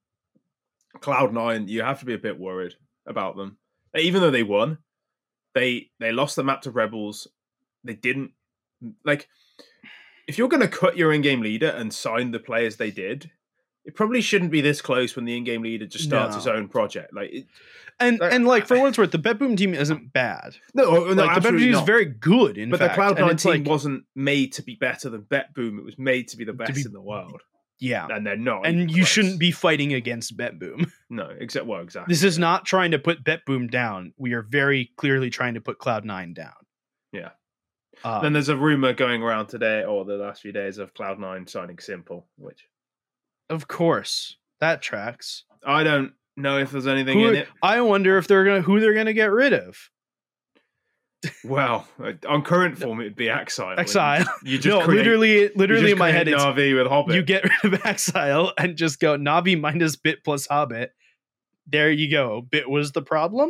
Cloud Nine, you have to be a bit worried about them, even though they won. They they lost the map to Rebels. They didn't like. If you're going to cut your in-game leader and sign the players they did, it probably shouldn't be this close when the in-game leader just starts his
No.
own project. Like, it,
And
Uh,
and like for what it's worth, the Bet Boom team isn't bad.
no, Oh, no,
like the Bet Boom
absolutely
team is
not.
very good. In
but
fact,
the Cloud
and
Nine
it's,
team
like,
wasn't made to be better than Bet Boom. It was made to be the best
be-
in the world,
yeah.
and they're not.
And
even
you
close.
shouldn't be fighting against Bet Boom.
No, except well, exactly.
This is not trying to put Bet Boom down. We are very clearly trying to put Cloud9 down.
Yeah.
Uh,
Then there's a rumor going around today or the last few days of Cloud Nine signing Simple, which
Of course, that tracks.
I don't know if there's anything in
Who,
it.
I wonder if they're gonna who they're gonna get rid of.
Well, uh, on current form, it'd be Axile. and
Exile.
You just
No,
create,
literally,
you
literally
just
in my head,
create
it's
Na'vi with Hobbit.
you get rid of Exile and just go Navi minus Bit plus Hobbit. There you go. Bit was the problem.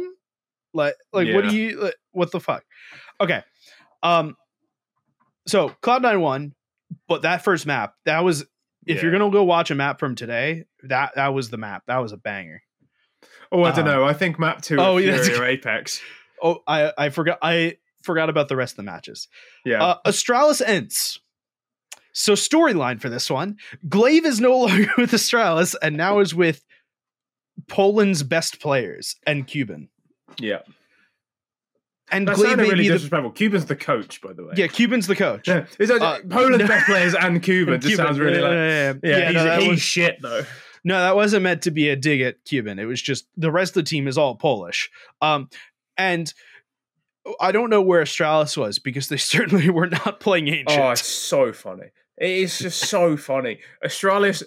Like, like what do you? Like, what the fuck? Okay. Um. So Cloud Nine won, but that first map that was. If you're
Yeah.
gonna go watch a map from today, that that was the map. That was a banger.
oh, I don't
uh,
know. I think map two.
oh,
Oh,
yeah,
yeah,
that's-
Apex.
Oh, I I forgot I forgot about the rest of the matches.
Yeah,
Uh, Astralis ends. So storyline for this one: Glaive is no longer with Astralis and now is with Poland's best players and Cuban.
yeah.
And
That
Glaive
sounded
may
really
be the
disrespectful. Cuban's the coach, by the way.
yeah. Cuban's the coach.
Yeah, it's actually-
Uh,
Poland's
no.
best players and Cuban.
And
just sounds really like
yeah, yeah, yeah.
yeah.
Yeah, no,
he's,
that
he's
was-
shit though.
No, that wasn't meant to be a dig at Cuban. It was just the rest of the team is all Polish. Um, and I don't know where Astralis was because they certainly were not playing ancient.
Oh, it's so funny. It is just so funny. Astralis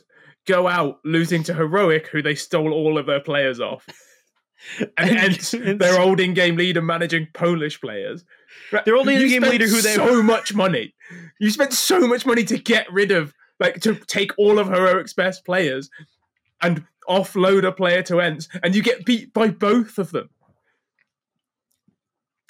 go out losing to Heroic, who they stole all of their players off. And, and, their old in-game leader managing Polish players. Right,
Their old
you
in-game
spent
leader who they-
so much money. You spent so much money to get rid of, like, to take all of Heroic's best players and offload a player to Ents, and you get beat by both of them.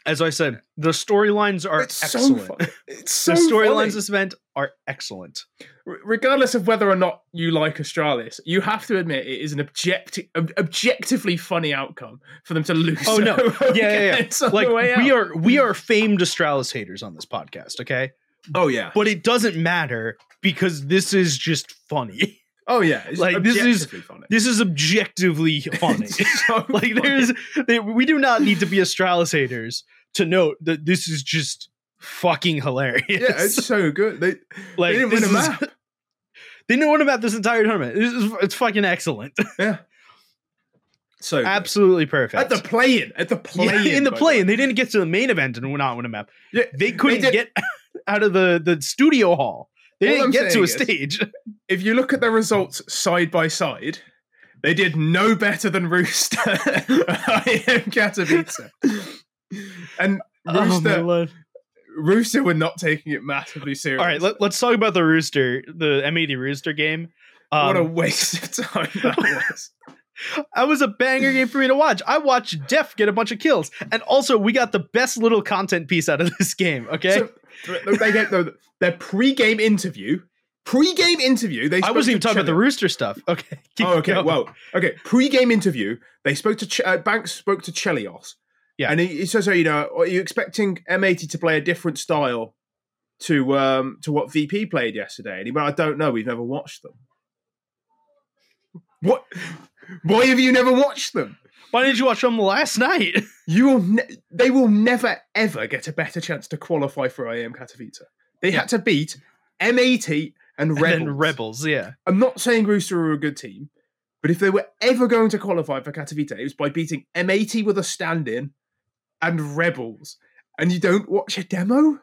As I said, the storylines are
it's
excellent.
so fun. It's so
the storylines
funny.
this event are excellent.
R- regardless of whether or not you like Astralis, you have to admit it is an objecti- ob- objectively funny outcome for them to lose.
Oh, no.
Heroic
Yeah, yeah, yeah.
Ents on the
Like
way
we
out.
are we are famed Astralis haters on this podcast, okay?
Oh yeah.
But it doesn't matter because this is just funny.
Oh yeah. It's
Like, this is-
objectively funny.
This is objectively funny.
It's so
like
funny.
there's they, we do not need to be Astralis haters to note that this is just fucking hilarious.
yeah, it's so good. They,
like
they didn't
this
win a
is-
map.
They know what about this entire tournament. This is, it's fucking excellent.
Yeah. So good.
Absolutely perfect.
at the play-in, at the
Yeah,
play-in,
in the
by
play,
way.
and they didn't get to the main event and not win a map.
Yeah,
they couldn't
did-
get out of the the studio hall. They
All
didn't
I'm
get to
saying
a
is-
stage.
If you look at their results side by side, they did no better than Rooster. I am Katowice, and
Oh,
Rooster. Rooster were not taking it massively serious.
All right, let, us talk about the rooster, the M80 rooster game.
what a
Um,
waste of time that was.
that was a banger game for me to watch. I watched Def get a bunch of kills, and also we got the best little content piece out of this game. Okay,
So, they get their, their pre-game interview. Pre-game interview. They
I
spoke
wasn't even
to
talking about the
Cheddar.
rooster stuff. Okay, keep
oh, okay.
going.
Well, okay. Pre-game interview. They spoke to Ch- uh, Banks. Spoke to Chelios.
Yeah.
and he, he says, oh, you know, are you expecting M80 to play a different style to um to what VP played yesterday? And he went, I don't know. We've never watched them. What? Why have you never watched them?
why didn't you watch them last night?
You will. Ne- they will never ever get a better chance to qualify for IAM Katowice. They had to beat M80 and Rebels.
And then rebels, yeah.
I'm not saying Rooster are a good team, but if they were ever going to qualify for Katowice, it was by beating M80 with a stand-in and Rebels. And you don't watch a demo?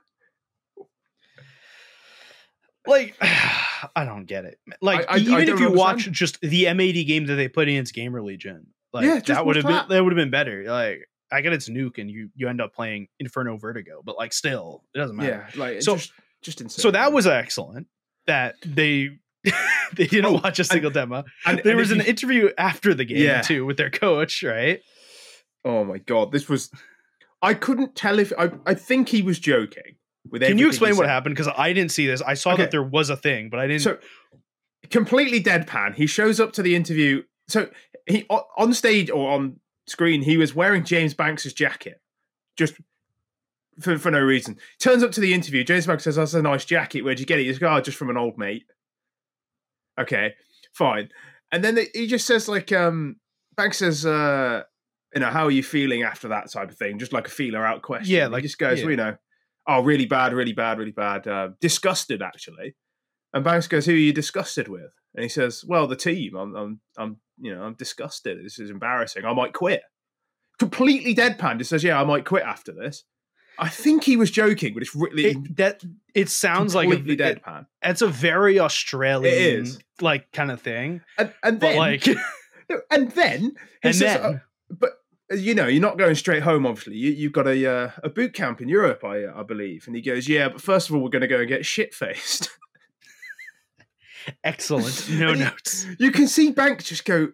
like I don't get it. Like
I- I
even if you
don't
watch
understand.
just the M80 game that they put against Gamer Legion, like
Yeah, just
that would have
watch
been
that.
that would have been better. Like I get it's nuke and you you end up playing Inferno Vertigo, but like still it doesn't matter.
Yeah, like
So-
so, just, just insane.
so that was excellent that they they didn't
Oh,
watch a single demo.
and,
There
and
was
if
an
you-
interview after the game
Yeah.
too with their coach, right?
oh my god, this was. I couldn't tell if I. I think he was joking. With
Can
everything
you
he
explain what
said.
happened? Because I didn't see this. I saw
Okay.
that there was a thing, but I didn't.
So completely deadpan. He shows up to the interview. So he o- on stage or on screen, he was wearing James Banks's jacket, just for, for no reason. Turns up to the interview. James Banks says, "That's a nice jacket. Where'd you get it?" He's like, "Oh, just from an old mate." Okay, fine. And then they, he just says, like, um, Banks says, uh, "You know, how are you feeling after that type of thing?" Just like a feeler out question.
Yeah,
He
like-
just goes,
yeah.
"Well, you know, oh, really bad, really bad, really bad. Uh, disgusted, actually." And Banks goes, "Who are you disgusted with?" And he says, "Well, the team. I'm, I'm, I'm, you know, I'm disgusted. This is embarrassing. I might quit." Completely deadpan. Just says, "Yeah, I might quit after this." I think he was joking, but it's really
it, that it sounds like a,
completely
it,
deadpan.
it's a very Australian
is.
like kind of thing.
And, and
but
then,
like
no, and then, he
and
says,
then
"Oh, you know, you're not going straight home. Obviously, you, you've got a uh, a boot camp in Europe, I, uh, I believe." And he goes, "Yeah, but first of all, we're going to go and get shit faced."
excellent no
And uh, you-
notes
you can see Bank just go,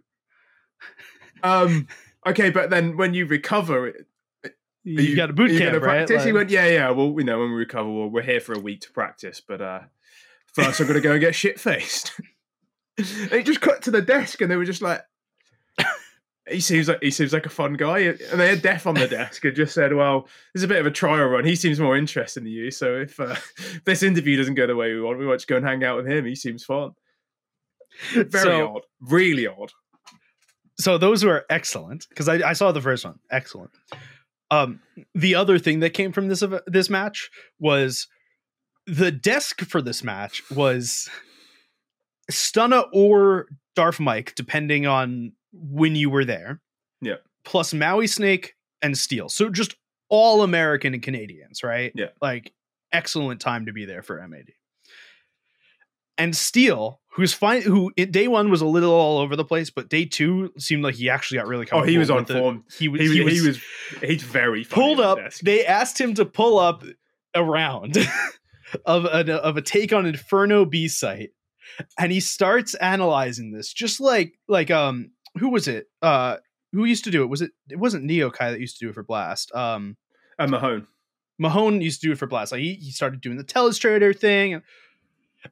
um, okay, but then when you recover, it,
you,
you-
got a boot
Are you
camp
gonna
right
practice? he
Like,
went, yeah, yeah. Well, you know, when we recover, we'll, we're here for a week to practice. But uh, first, I'm gonna go and get shit faced. and he just cut to the desk, and they were just like, he seems like he seems like a fun guy. And they had Def on the desk, and just said, well, this is a bit of a trial run. He seems more interesting than you. So if uh, if this interview doesn't go the way we want, we might just go and hang out with him. He seems fun. Very
So-
odd. Really odd.
so those were excellent because I, I saw the first one excellent um the other thing that came from this ev- this match was the desk for this match was stunna or Darf Mike, depending on when you were there.
Yeah.
Plus Maui Snake and Steel. So just all American and Canadians, right?
Yeah.
Like excellent time to be there for MAD. And Steel, who's fine, who in day one was a little all over the place, but day two seemed like he actually got really
Oh,
comfortable.
he was on
with the-
form.
He was,
He,
he was
was, he was he's very funny
pulled
at
up.
the desk.
They asked him to pull up a round of a, of a take on Inferno B site, and he starts analyzing this just like like um who was it uh who used to do it was it it wasn't Neokai that used to do it for Blast um
And Mahone.
Mahone used to do it for Blast like he, he started doing the Telestrator thing.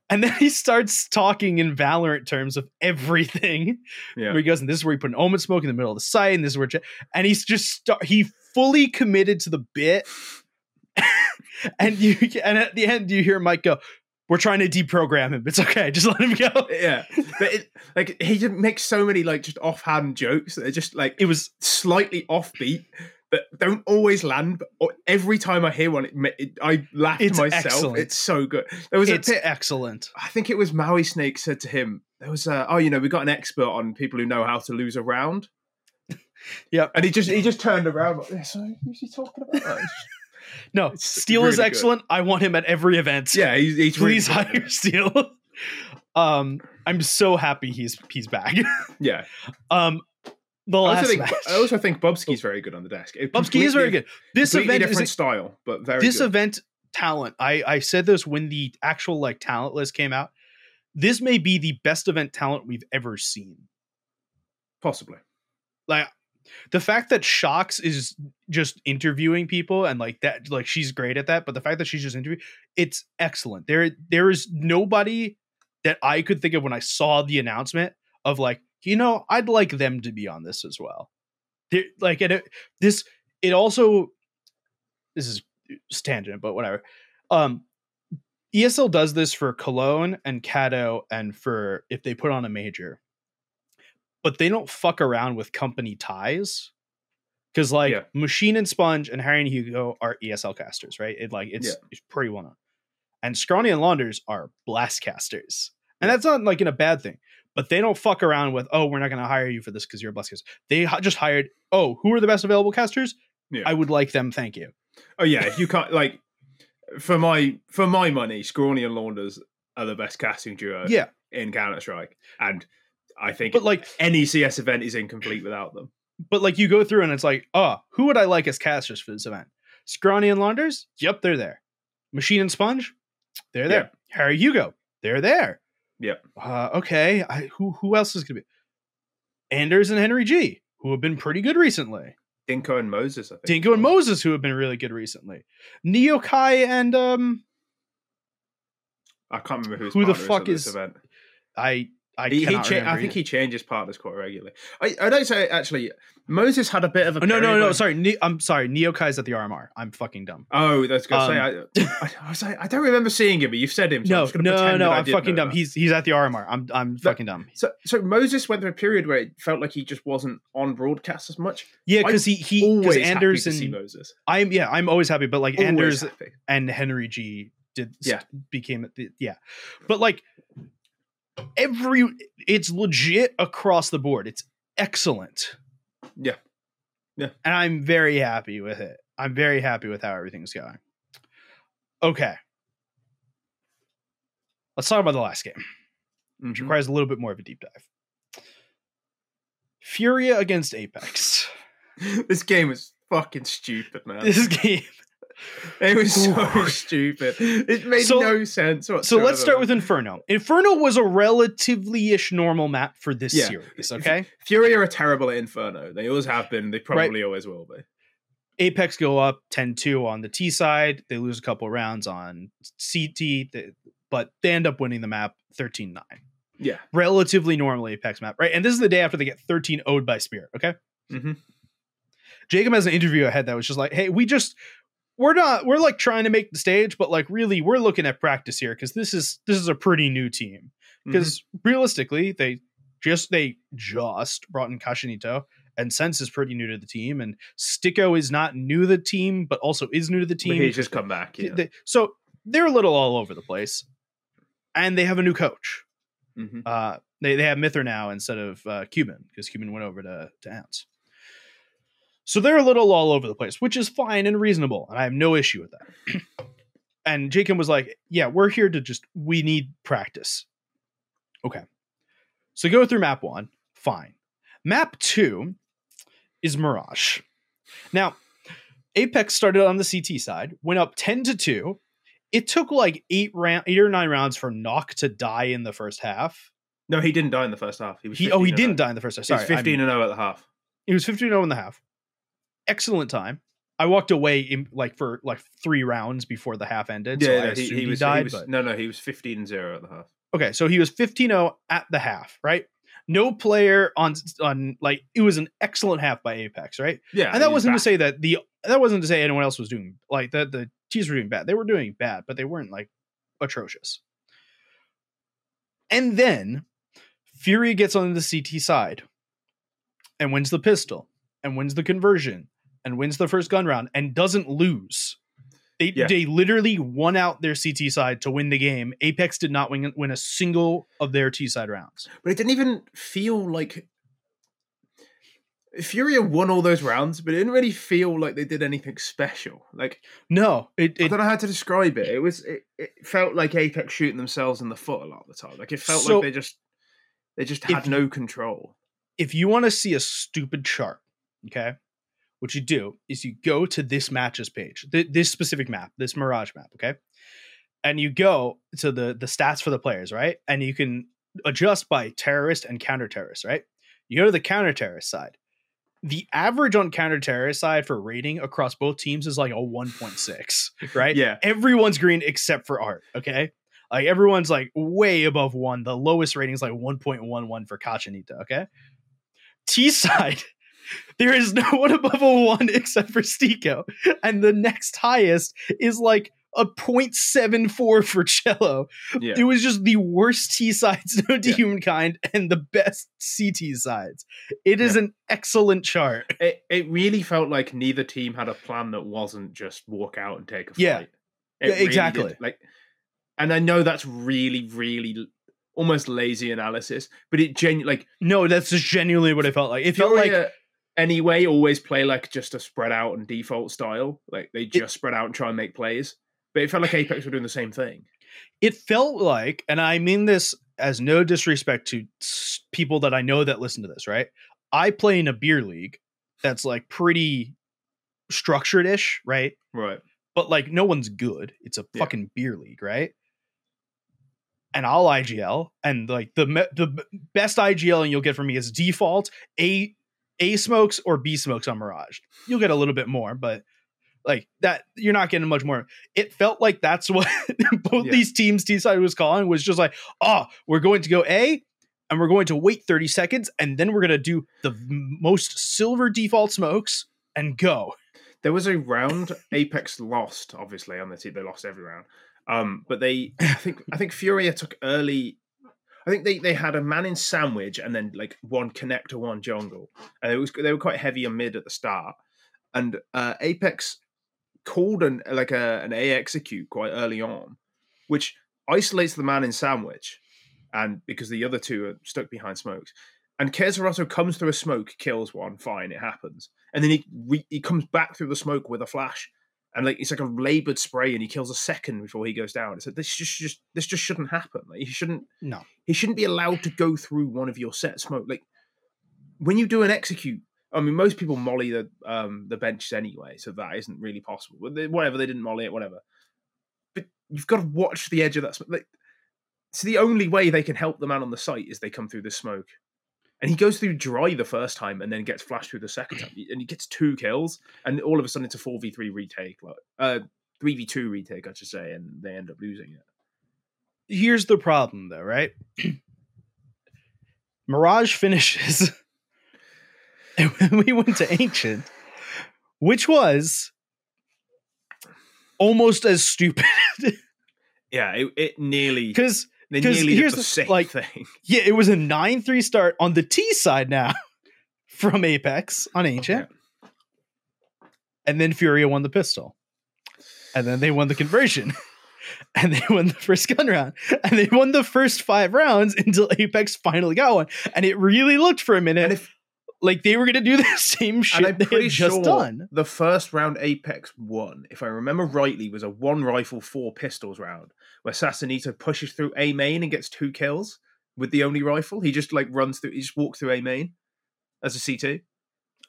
And then he starts talking in Valorant terms of everything.
Yeah.
Where he goes, and this is where he put an omen smoke in the middle of the site, and this is where, Ja- and he's just start, he fully committed to the bit, and you and at the end you hear Mike go, "We're trying to deprogram him. It's okay, just let him go."
Yeah. But it, like he just makes so many like just offhand jokes that are just like
It was
slightly offbeat that don't always land. But o- every time I hear one, it, ma- it I laugh
It's
to myself.
excellent.
It's so good. There was
it's
a bit.
excellent.
I think it was Maui Snake said to him. There was a, oh, you know, we got an expert on people who know how to lose a round.
Yep.
And he just he just turned around like this. "Oh, Who's he talking about?
No,
It's
Steel is
really good.
excellent. I want him at every event.
yeah, he's, he's really
please
good.
hire Steel. um, I'm so happy he's he's back.
Yeah,
Um, the
I
last
also, think,
match.
I also think Bobsky's very good on the desk. It
Bubsky is very
completely-
good. This
completely
event is
different style, but very
this
good.
event talent i i said this when the actual like talent list came out this may be the best event talent we've ever seen
possibly.
the fact that shocks is just interviewing people and like that like she's great at that but the fact that she's just interviewing it's excellent there there is nobody that i could think of when i saw the announcement of like you know i'd like them to be on this as well there, like and it, this it also this is it's tangent but whatever um esl does this for cologne and cato and for if they put on a major but they don't fuck around with company ties because like
Yeah.
machine and sponge and harry and hugo are esl casters right it like it's, it's pretty well known and scrawny and launders are blast casters and that's not like in a bad thing but they don't fuck around with oh we're not going to hire you for this because you're a blast caster they hi- just hired oh who are the best available casters
Yeah.
i would like them thank you
Oh yeah, if you can't like for my for my money, Scrawny and Launders are the best casting duo
yeah
in Counter Strike, and I think
but like
any CS event is incomplete without them.
but like you go through and it's like, oh, who would I like as casters for this event? Scrawny and Launders? Yep, they're there. Machine and Sponge? They're there. Harry Hugo? They're there.
Yep.
Uh, okay. I, who who else is gonna be? Anders and Henry G, who have been pretty good recently.
Dinko and Moses, I think.
Dinko and Moses, who have been really good recently. Neokai and um
I can't remember who's
Who the
partner
fuck
at this
is-
event.
I I
He, he
cannot
cha-
remember
I think
either.
he changes partners quite regularly. I, I don't say actually. Moses had a bit of a
Oh, no no
period
no
where-
sorry ne- I'm sorry Neokai's at the RMR I'm fucking dumb
Oh, that's gonna say I, I, I was like, I don't remember seeing him, but you've said him. So I'm
Um, no
just gonna
no
pretend that
no
I
I'm
did know
fucking dumb
that.
he's he's at the RMR I'm I'm fucking dumb
so, so Moses went through a period where it felt like he just wasn't on broadcast as much.
Yeah,
I'm
because he he
Always
because
happy
Anders
to see
and
Moses.
I'm yeah I'm always happy, but like
Always
Anders
happy.
and Henry G did
Yeah.
became the, yeah, but like every it's legit across the board. It's excellent.
Yeah. Yeah.
and I'm very happy with it. I'm very happy with how everything's going. Okay, let's talk about the last game, which
Mhm.
requires a little bit more of a deep dive. Furia against Apex.
Mm-hmm. this game was fucking stupid, man.
This game.
it was so
Ooh.
stupid. It made
So-
no sense.
So
Whatsoever.
let's start with Inferno. Inferno was a relatively-ish normal map for this
Yeah.
series, okay?
Fury are terrible at Inferno. They always have been. They probably always will be.
Apex go up 10-2 on the T side. They lose a couple rounds on CT, th- but they end up winning the map 13-9.
Yeah.
Relatively normal Apex map, right? And this is the day after they get 13 0 by Spirit, okay?
Mm-hmm.
Jacob has an interview ahead that was just like, hey, we just we're not we're like trying to make the stage, but like really we're looking at practice here because this is this is a pretty new team.
Mm-hmm.
because realistically they just they just brought in Kashinito and Sense is pretty new to the team and Sticko is not new to the team but also is new to the team.
he's just come back. Yeah.
They- so they're a little all over the place and they have a new coach.
Mhm.
Uh, they, they have Mither now instead of uh, Cuban because Cuban went over to, to Ounce. So they're a little all over the place, which is fine and reasonable. And I have no issue with that. and Jacob was like, Yeah, we're here to just, we need practice. Okay. So go through map one. Fine. Map two is Mirage. Now, Apex started on the CT side, went up 10 to 2. It took like eight round, eight or nine rounds for Nock to die in the first half.
No, he didn't die in the first half. He was
He, oh, he
15 and
didn't
0.
die in the first half.
He was
Sorry, I'm-
15 and 0 at the half.
It was 15 0 in the half. Excellent time. I walked away in, like for like three rounds before the half ended. so I
no, he,
assumed
he
he,
was,
died.
he was
but-
no, no, he was 15 and 0 at the half.
okay, so he was 15 0 at the half, right? No player on on like it was an excellent half by Apex, right?
Yeah,
and that
he was
wasn't to
back.
say that the that wasn't to say anyone else was doing like that the Chiefs were doing bad. They were doing bad, but they weren't like atrocious. And then Fury gets on the CT side and wins the pistol and wins the conversion and wins the first gun round and doesn't lose. They,
Yeah.
they literally won out their CT side to win the game. Apex did not win, win a single of their T side rounds.
but it didn't even feel like Furia won all those rounds, but it didn't really feel like they did anything special. Like
No, it,
I
it
don't know how to describe it. It was it, it felt like Apex shooting themselves in the foot a lot of the time. Like it felt
So-
like they just they just
If
had no control.
if you want to see a stupid chart, okay, what you do is you go to this matches page, th- this specific map, this Mirage map, okay, and you go to the the stats for the players, right, and you can adjust by terrorist and counter terrorist, right. You go to the counter terrorist side. The average on counter terrorist side for rating across both teams is like a one point six, right?
Yeah.
everyone's green except for art okay like everyone's like way above one the lowest rating is like 1.11 for kachanita okay t side there is no one above a one except for stiko and the next highest is like a 0.74 for cello
Yeah.
it was just the worst T sides known to
Yeah.
humankind and the best CT sides. It is an excellent chart.
It it really felt like neither team had a plan that wasn't just walk out and take a
Yeah.
fight.
Yeah,
It really did.
exactly.
Like and I know that's really, really l- almost lazy analysis, but it genu like
No, that's just genuinely what it felt like. It felt like
Furia anyway always play like just a spread out and default style. Like they just spread out and try and make plays. But it felt like Apex were doing the same thing.
it felt like, and I mean this as no disrespect to s- people that I know that listen to this, right? I play in a beer league that's like pretty structured ish, right?
Right.
But like no one's good. It's a
Yeah.
fucking beer league, right? And I'll IGL, and like the me- the b- best IGL you'll get from me is default a a smokes or b smokes on Mirage. You'll get a little bit more, but like that, you're not getting much more. It felt like that's what both
Yeah.
these teams T side was calling was just like, oh, we're going to go A, and we're going to wait 30 seconds, and then we're gonna do the m- most silver default smokes and go.
There was a round Apex lost, obviously, on the team. They lost every round. Um, but they I think I think Furia took early I think they, they had a man in sandwich and then like one connector, one jungle. And it was they were quite heavy and mid at the start. And uh, Apex called an like a an A execute quite early on, which isolates the man in sandwich, and because the other two are stuck behind smokes. And Keserato comes through a smoke, kills one, fine, it happens. And then he re- he comes back through the smoke with a flash, and like it's like a labored spray, and he kills a second before he goes down. It's like this just just this just shouldn't happen. Like he shouldn't
No.
he shouldn't be allowed to go through one of your set smoke. Like when you do an execute, I mean, most people molly the um, the benches anyway, so that isn't really possible. But they, whatever, they didn't molly it, whatever. But you've got to watch the edge of that smoke. Like, so the only way they can help the man on the site is they come through this smoke. And he goes through dry the first time, and then gets flashed through the second time, and he gets two kills, and all of a sudden it's a four v three retake, like uh three v two retake, I should say, and they end up losing it.
here's the problem though, right? Mirage finishes. and when we went to Ancient, which was almost as stupid.
Yeah, it, it nearly
Because
They
'Cause
nearly did
here's
the,
the-
same
like-
thing.
yeah, it was a 9-3 start on the T side now from Apex on Ancient. And then Furia won the pistol. And then they won the conversion. and they won the first gun round and they won the first five rounds until apex finally got one and it really looked for a minute
And if
like they were gonna do the same shit
and I'm
they had
pretty
just
sure
done
the first round Apex won, if I remember rightly, was a one rifle, four pistols round where Sassanito pushes through A main and gets two kills with the only rifle. He just like runs through, he just walks through A main as a CT.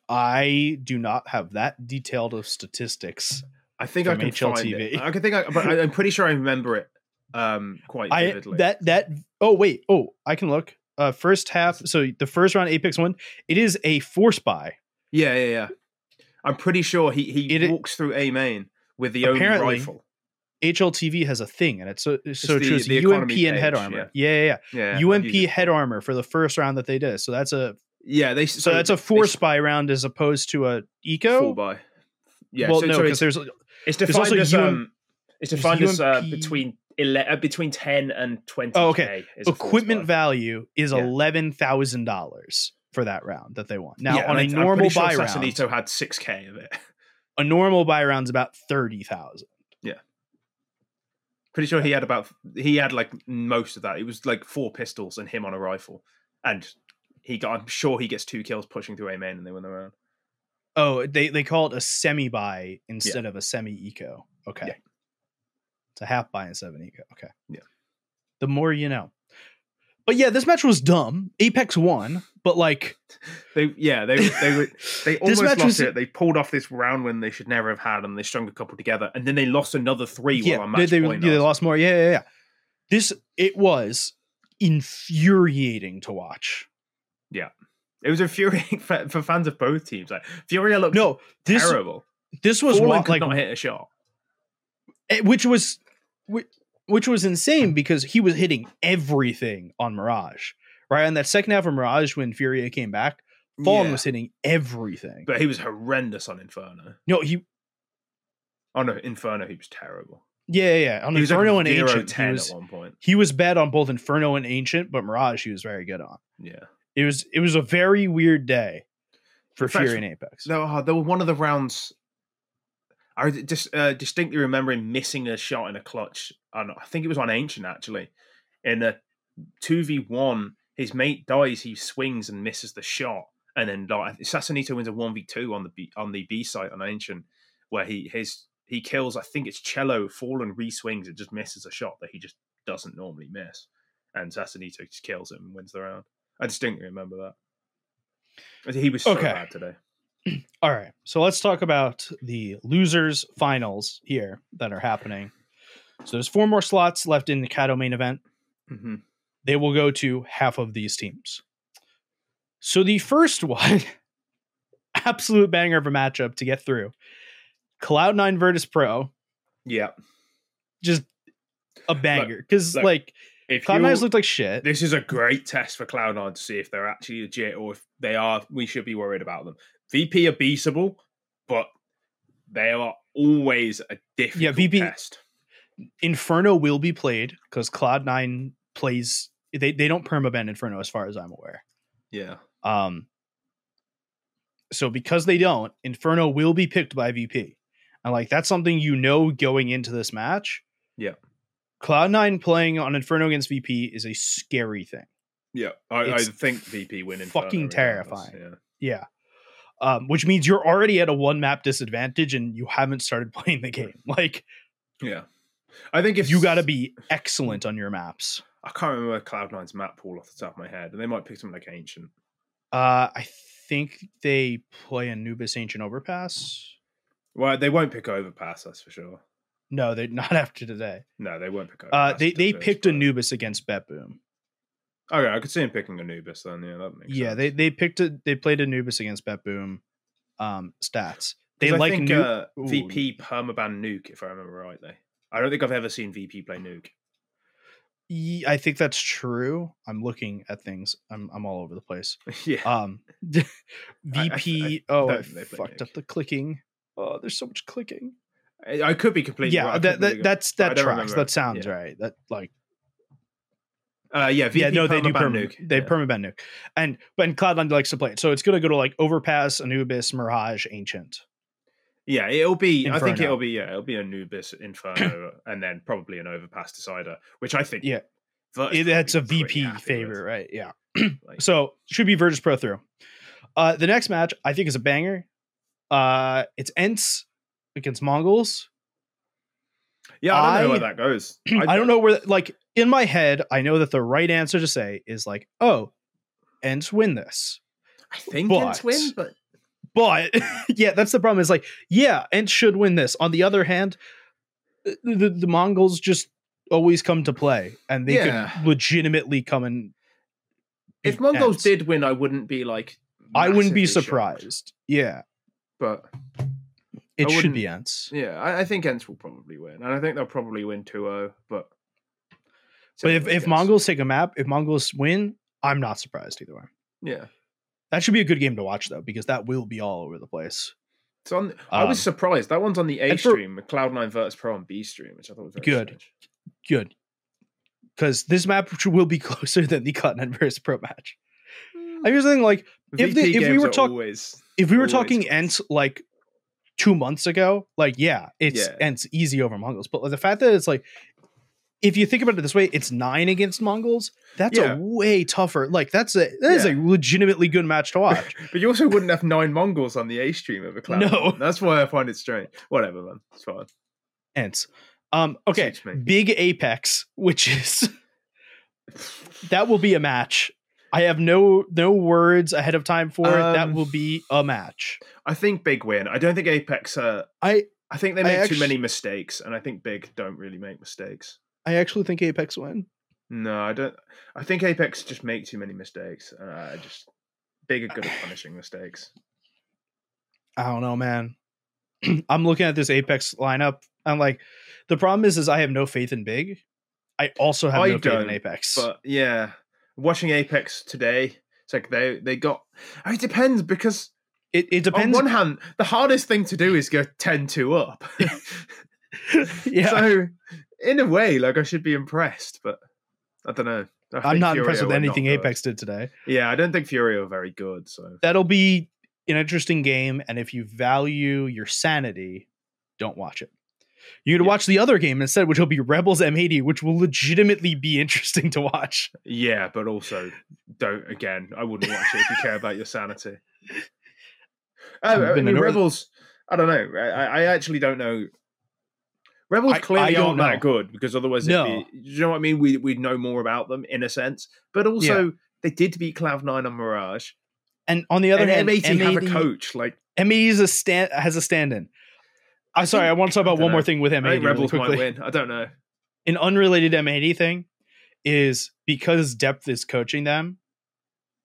i do not have that detailed of statistics
I think I
From
can find
HLTV.
it. I can think, I, but I, I'm pretty sure I remember it um quite
i
vividly.
that that oh wait oh i can look uh first half so the first round apex won it is a force buy
yeah, yeah, yeah. I'm pretty sure he he
It-
walks through A main with the only
Apparently-
rifle.
HLTV has a thing, and it's so it's so
the-
true. It's
the
UMP
economy
and head
page,
armor. Yeah, yeah, yeah.
Yeah, I've
UMP
used it.
head armor for the first round that they did. So that's a
Yeah, they
so that's a four spy round as opposed to a
four
eco.
by. Yeah,
well,
so,
no,
so
because
it's,
there's
it's
there's
defined
also
as
UM
um, it's
there's
defined as uh,
UMP
between ele- uh, between ten and twenty.
Oh, okay.
Is a four
equipment
spy.
value is
Yeah.
eleven thousand dollars for that round that they won. Now
Yeah,
on
and
a
I- I'm pretty
normal
sure
buy round,
Sassanito had six k of it.
a normal buy round's about thirty thousand.
Pretty sure he had about he had like most of that. It was like four pistols and him on a rifle, and he got. I'm sure he gets two kills pushing through a man and they win the round.
Oh, they they call it a semi buy instead of a semi eco. Okay.
Yeah.
It's a half buy instead of an eco. Okay.
Yeah.
The more you know. But yeah, this match was dumb. Apex won, but like
They yeah they they were. They
This
almost
match
lost
was-
it. They pulled off this round win they should never have had, and they strung a couple together, and then they lost another three. while
yeah,
on
they,
match
they,
point
yeah, they
last.
lost more. Yeah, yeah, yeah. This it was infuriating to watch.
It was infuriating for, for fans of both teams. Like Furia looked
No, this
terrible.
this was
Fallen
one
could
like
not hit a shot.
eh, which was whi- which was insane because he was hitting everything on Mirage. Right? And that second half of Mirage when Furia came back, Fallen
Yeah.
was hitting everything.
but he was horrendous on Inferno.
no, he
Oh no, Inferno he was terrible.
yeah yeah, yeah. on
he was
Inferno
like
and
0
Ancient he
10
was
at one point.
he was bad on both Inferno and Ancient, but Mirage he was very good on.
Yeah.
It was it was a very weird day for
In fact,
Fury and Apex.
No, oh, there were one of the rounds. I re- just uh, distinctly remember him missing a shot in a clutch. On, I think it was on Ancient actually. In a two v one, his mate dies. He swings and misses the shot, and then like, Sassanito wins a one v two on the B, on the B site on Ancient, where he his he kills. I think it's Cello. Fallen re-swings. It just misses a shot that he just doesn't normally miss, and Sassanito just kills him and wins the round. I distinctly remember that. He was so
Okay.
bad today.
All right, so let's talk about the losers finals here that are happening. So there's four more slots left in the Kato main event.
Mm-hmm.
They will go to half of these teams. So the first one, absolute banger of a matchup to get through. Cloud9 Virtus Pro
Yeah.
just a banger because
look,
like
If
Cloud Nine's
you-
looked like shit.
this is a great test for Cloud9 to see if they're actually legit or if they are, we should be worried about them. VP are beatable, but they are always a difficult
VP
test.
Inferno will be played because Cloud Nine plays. They they don't permaban Inferno as far as I'm aware.
Yeah.
Um, so because they don't, Inferno will be picked by VP, and like that's something you know going into this match.
Yeah.
Cloud Nine playing on Inferno against VP is a scary thing.
Yeah. I, I
It's
think VP win in
fucking terrifying.
Yeah.
Yeah. Um, which means you're already at a one map disadvantage and you haven't started playing the game. Like
Yeah. I think if
you got to be excellent on your maps.
I can't remember Cloud9's map pool off the top of my head, and they might pick something like Ancient.
Uh, I think they play Anubis Ancient Overpass.
Well, they won't pick Overpass, that's for sure.
No, they're not after today.
No, they won't pick
Uh,
Overpass.
they
to
they
first,
picked
but-
Anubis against Bet Boom.
Okay, I could see him picking Anubis then. Yeah, that makes
Yeah,
sense.
they they picked a, they played Anubis against Bet Boom. Um, stats. They
'Cause I
like
think,
Nu-
uh,
Ooh.
VP permaban nuke, if I remember rightly. I don't think I've ever seen VP play nuke.
Ye- I think that's true. I'm looking at things. I'm I'm all over the place.
yeah,
Um,
I-
VP. oh, I
don't think they play
fucked
Nuke.
up the clicking. Oh, there's so much clicking.
I, I could be completely.
yeah,
wrong. I
that,
completely
that that's
I
that
don't
tracks.
remember.
That sounds
Yeah.
right. That like.
go- Uh, yeah, VP
yeah, no, they do
permaban
perm
nuke.
They
yeah.
permaban nuke, and but and Cloud9 likes to play it, so it's going to go to like Overpass, Anubis, Mirage, Ancient.
Yeah, it'll be. I think
Inferno.
it'll be. Yeah, it'll be Anubis Inferno, and then probably an overpass decider, which I think.
Yeah.
Verge
It,
will
that's
be
a
pretty
VP
happy with.
favorite, right? Yeah.
Like,
So should be Virtus Pro through. Uh, the next match I think is a banger. Uh, it's Ents against Mongols.
yeah, I don't know
I-
where that goes.
I don't know where like in my head I know that the right answer to say is like oh, Ents win this.
I think
but-
it's win, but
But yeah, that's the problem. Is like yeah, Ents should win this. On the other hand, the the, the Mongols just always come to play, and they
Yeah.
could legitimately come and.
if
beat
Mongols
Ents.
did win, I wouldn't be like.
I wouldn't be
massively shocked.
surprised. Yeah,
but
it
I
should
wouldn't-
be Ents.
yeah, I, I think Ents will probably win, and I think they'll probably win 2-0,
But
But
if,
Anyway, I
if
guess.
Mongols take a map, if Mongols win, I'm not surprised either way.
yeah,
That should be a good game to watch though, because that will be all over the place.
it's on. I was
Um,
surprised that one's on the A
and for-
stream, Cloud Nine Vertus Pro on B stream, which I thought was very
Good.
strange.
Good. Because this map will be closer than the Continent versus Pro match. I was thinking like If they-
VP
if we
games
were
are
talk-
always
if we were
Always
talking
close.
Ents like two months ago, like yeah, it's
Yeah.
Ents easy over Mongols. But like, the fact that it's like if you think about it this way, it's nine against Mongols. That's
Yeah.
a way tougher. Like that's a that is
Yeah.
a legitimately good match to watch.
But you also wouldn't have nine Mongols on the A stream of a cloud.
No.
Nine. That's why I find it strange. Whatever, man. It's fine.
Ents. Um, okay,
Suits me.
Big Apex, which is that will be a match. I have no no words ahead of time for it. That
Um,
will be a match.
I think Big win. I don't think Apex are.
I
I think they
I
make
actu-
too many mistakes, and I think Big don't really make mistakes.
I actually think Apex win.
No, I don't. I think Apex just make too many mistakes, and I just Big are good at punishing mistakes.
I don't know, man. I'm looking at this Apex lineup. I'm like, the problem is, is I have no faith in Big. I also have
I
no faith in
don't,
Apex.
But yeah, watching Apex today, it's like they they got. It depends because
it it depends.
on one hand, the hardest thing to do is go 10-2 up.
yeah,
So, in a way, like I should be impressed, but I don't know.
I'm not impressed with anything Apex did today.
Yeah, I don't think Furio are very good. So
That'll be an interesting game, and if you value your sanity, don't watch it. You could
Yeah.
watch the other game instead, which will be Rebels M80, which will legitimately be interesting to watch.
yeah, but also don't again. I wouldn't watch it if you care about your sanity.
I've
Oh, I
been
mean,
annoyed-
Rebels. I don't know. I, I- I actually don't know. Rebels
I- I
clearly
don't
aren't
know.
that good because otherwise,
No.
it'd be, you know what I mean. We we'd know more about them in a sense, but also they did beat Cloud Nine on Mirage.
And on the other
and
hand,
M80 have a
M80
coach. Like
M80 is a stand has a stand-in. I'm sorry, I want to talk about
don't
one more
know.
thing with M80
I think
really
Rebels
quickly.
might win. I don't know.
An unrelated M80 thing is because Depth is coaching them.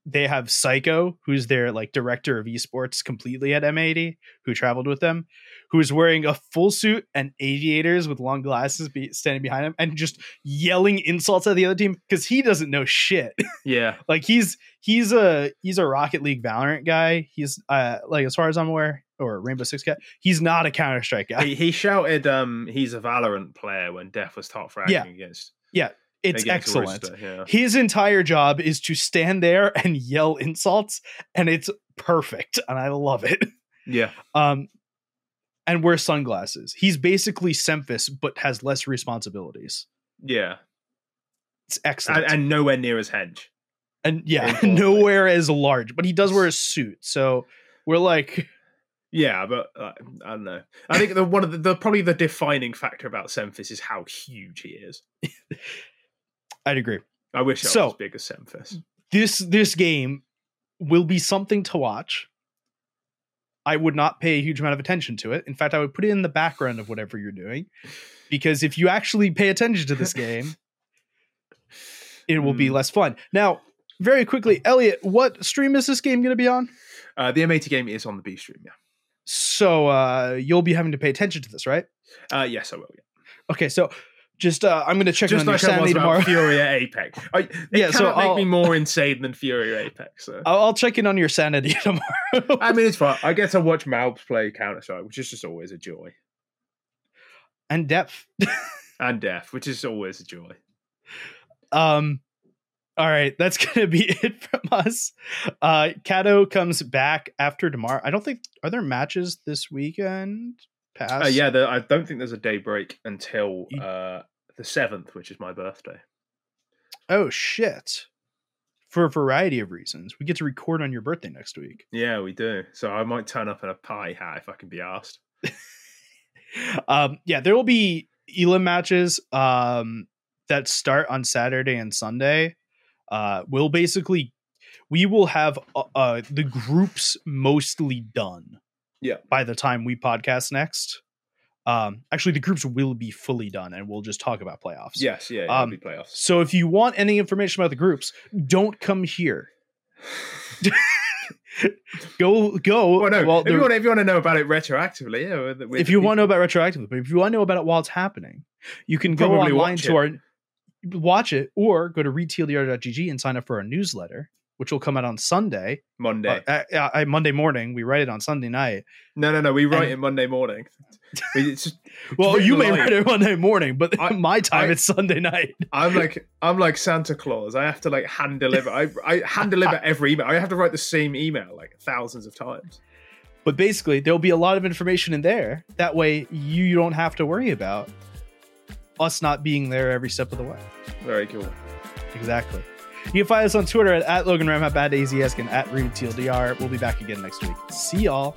They have Psycho, who's their like director of esports, completely at M80, who traveled with them, who is wearing a full suit and aviators with long glasses, be- standing behind him and just yelling insults at the other team because he doesn't know shit.
Yeah,
like he's he's a he's a Rocket League Valorant guy. He's uh like as far as I'm aware, or Rainbow Six guy. He's not a Counter Strike guy.
he, he shouted, um, "He's a Valorant player" when Def was top fragging
Yeah.
against.
It's
against
excellent.
Rooster, yeah.
His entire job is to stand there and yell insults, and it's perfect, and I love it.
yeah,
Um, and wear sunglasses. He's basically Semphis, but has less responsibilities.
yeah,
It's excellent,
and, and nowhere near as hench.
and yeah,
and-
nowhere as large, but he does wear a suit, so we're like.
Yeah, but uh, I don't know. I think the one of the, the probably the defining factor about Semphis is how huge he is.
I'd agree.
I wish I
So-
was as big as Semphis.
this this game will be something to watch. I would not pay a huge amount of attention to it. In fact, I would put it in the background of whatever you're doing because if you actually pay attention to this game, it will be
Hmm.
less fun. Now, very quickly, Elliot, what stream is this game going to be on?
Uh, the M80 game is on the B stream.
So, uh you'll be having to pay attention to this, right?
Yeah. Uh, yes, I will. Yeah.
Okay, so just uh I'm going to check in on
Just
your
like I was
sanity
about
tomorrow.
Furia Apex. I, it
Yeah,
yeah,
so
cannot make me
I'll-
more insane than Furia Apex. So.
I'll, I'll check in on your sanity tomorrow.
I mean, it's fine. I get to watch Malbs play Counter Strike, which is just always a joy,
and depth.
and Def, which is always a joy.
Um, All right, that's gonna be it from us. Uh Kato comes back after tomorrow. I don't think are there matches this weekend. Past
Uh, yeah, the, I don't think there's a day break until uh, the seventh, which is my birthday.
Oh shit! For a variety of reasons, we get to record on your birthday next week.
Yeah, we do. So I might turn up in a pie hat if I can be asked.
um yeah there will be elam matches um that start on saturday and sunday uh we'll basically we will have uh, uh the groups mostly done
Yeah.
by the time we podcast next um actually the groups will be fully done and we'll just talk about playoffs
Yes, yeah,
Um,
it'll be playoffs.
so if you want any information about the groups don't come here go go
Well, Oh, no.
well,
if,
there-
you want, if you want to know about it retroactively, yeah. with- with
if
the
you want to know
people.
about retroactively, but if you want to know about it while it's happening, you can go
Probably
online
watch
to our watch it or go to readtldr.gg and sign up for our newsletter, which will come out on Sunday,
Monday.
uh, uh, uh, Monday morning. We write it on Sunday night.
no, no, no. We write
and-
it Monday morning. We- it's just-
Well, you may
live.
write it Monday morning, but
I-
my time
I-
it's Sunday night.
I'm like I'm like Santa Claus. I have to like hand deliver. I, I hand deliver every email. I have to write the same email like thousands of times.
But basically, there'll be a lot of information in there. That way, you, you don't have to worry about us not being there every step of the way.
Very cool.
Exactly. You can find us on Twitter at, at LoganRamhap, at AZS, and at ReedTLDR. We'll be back again next week. See y'all.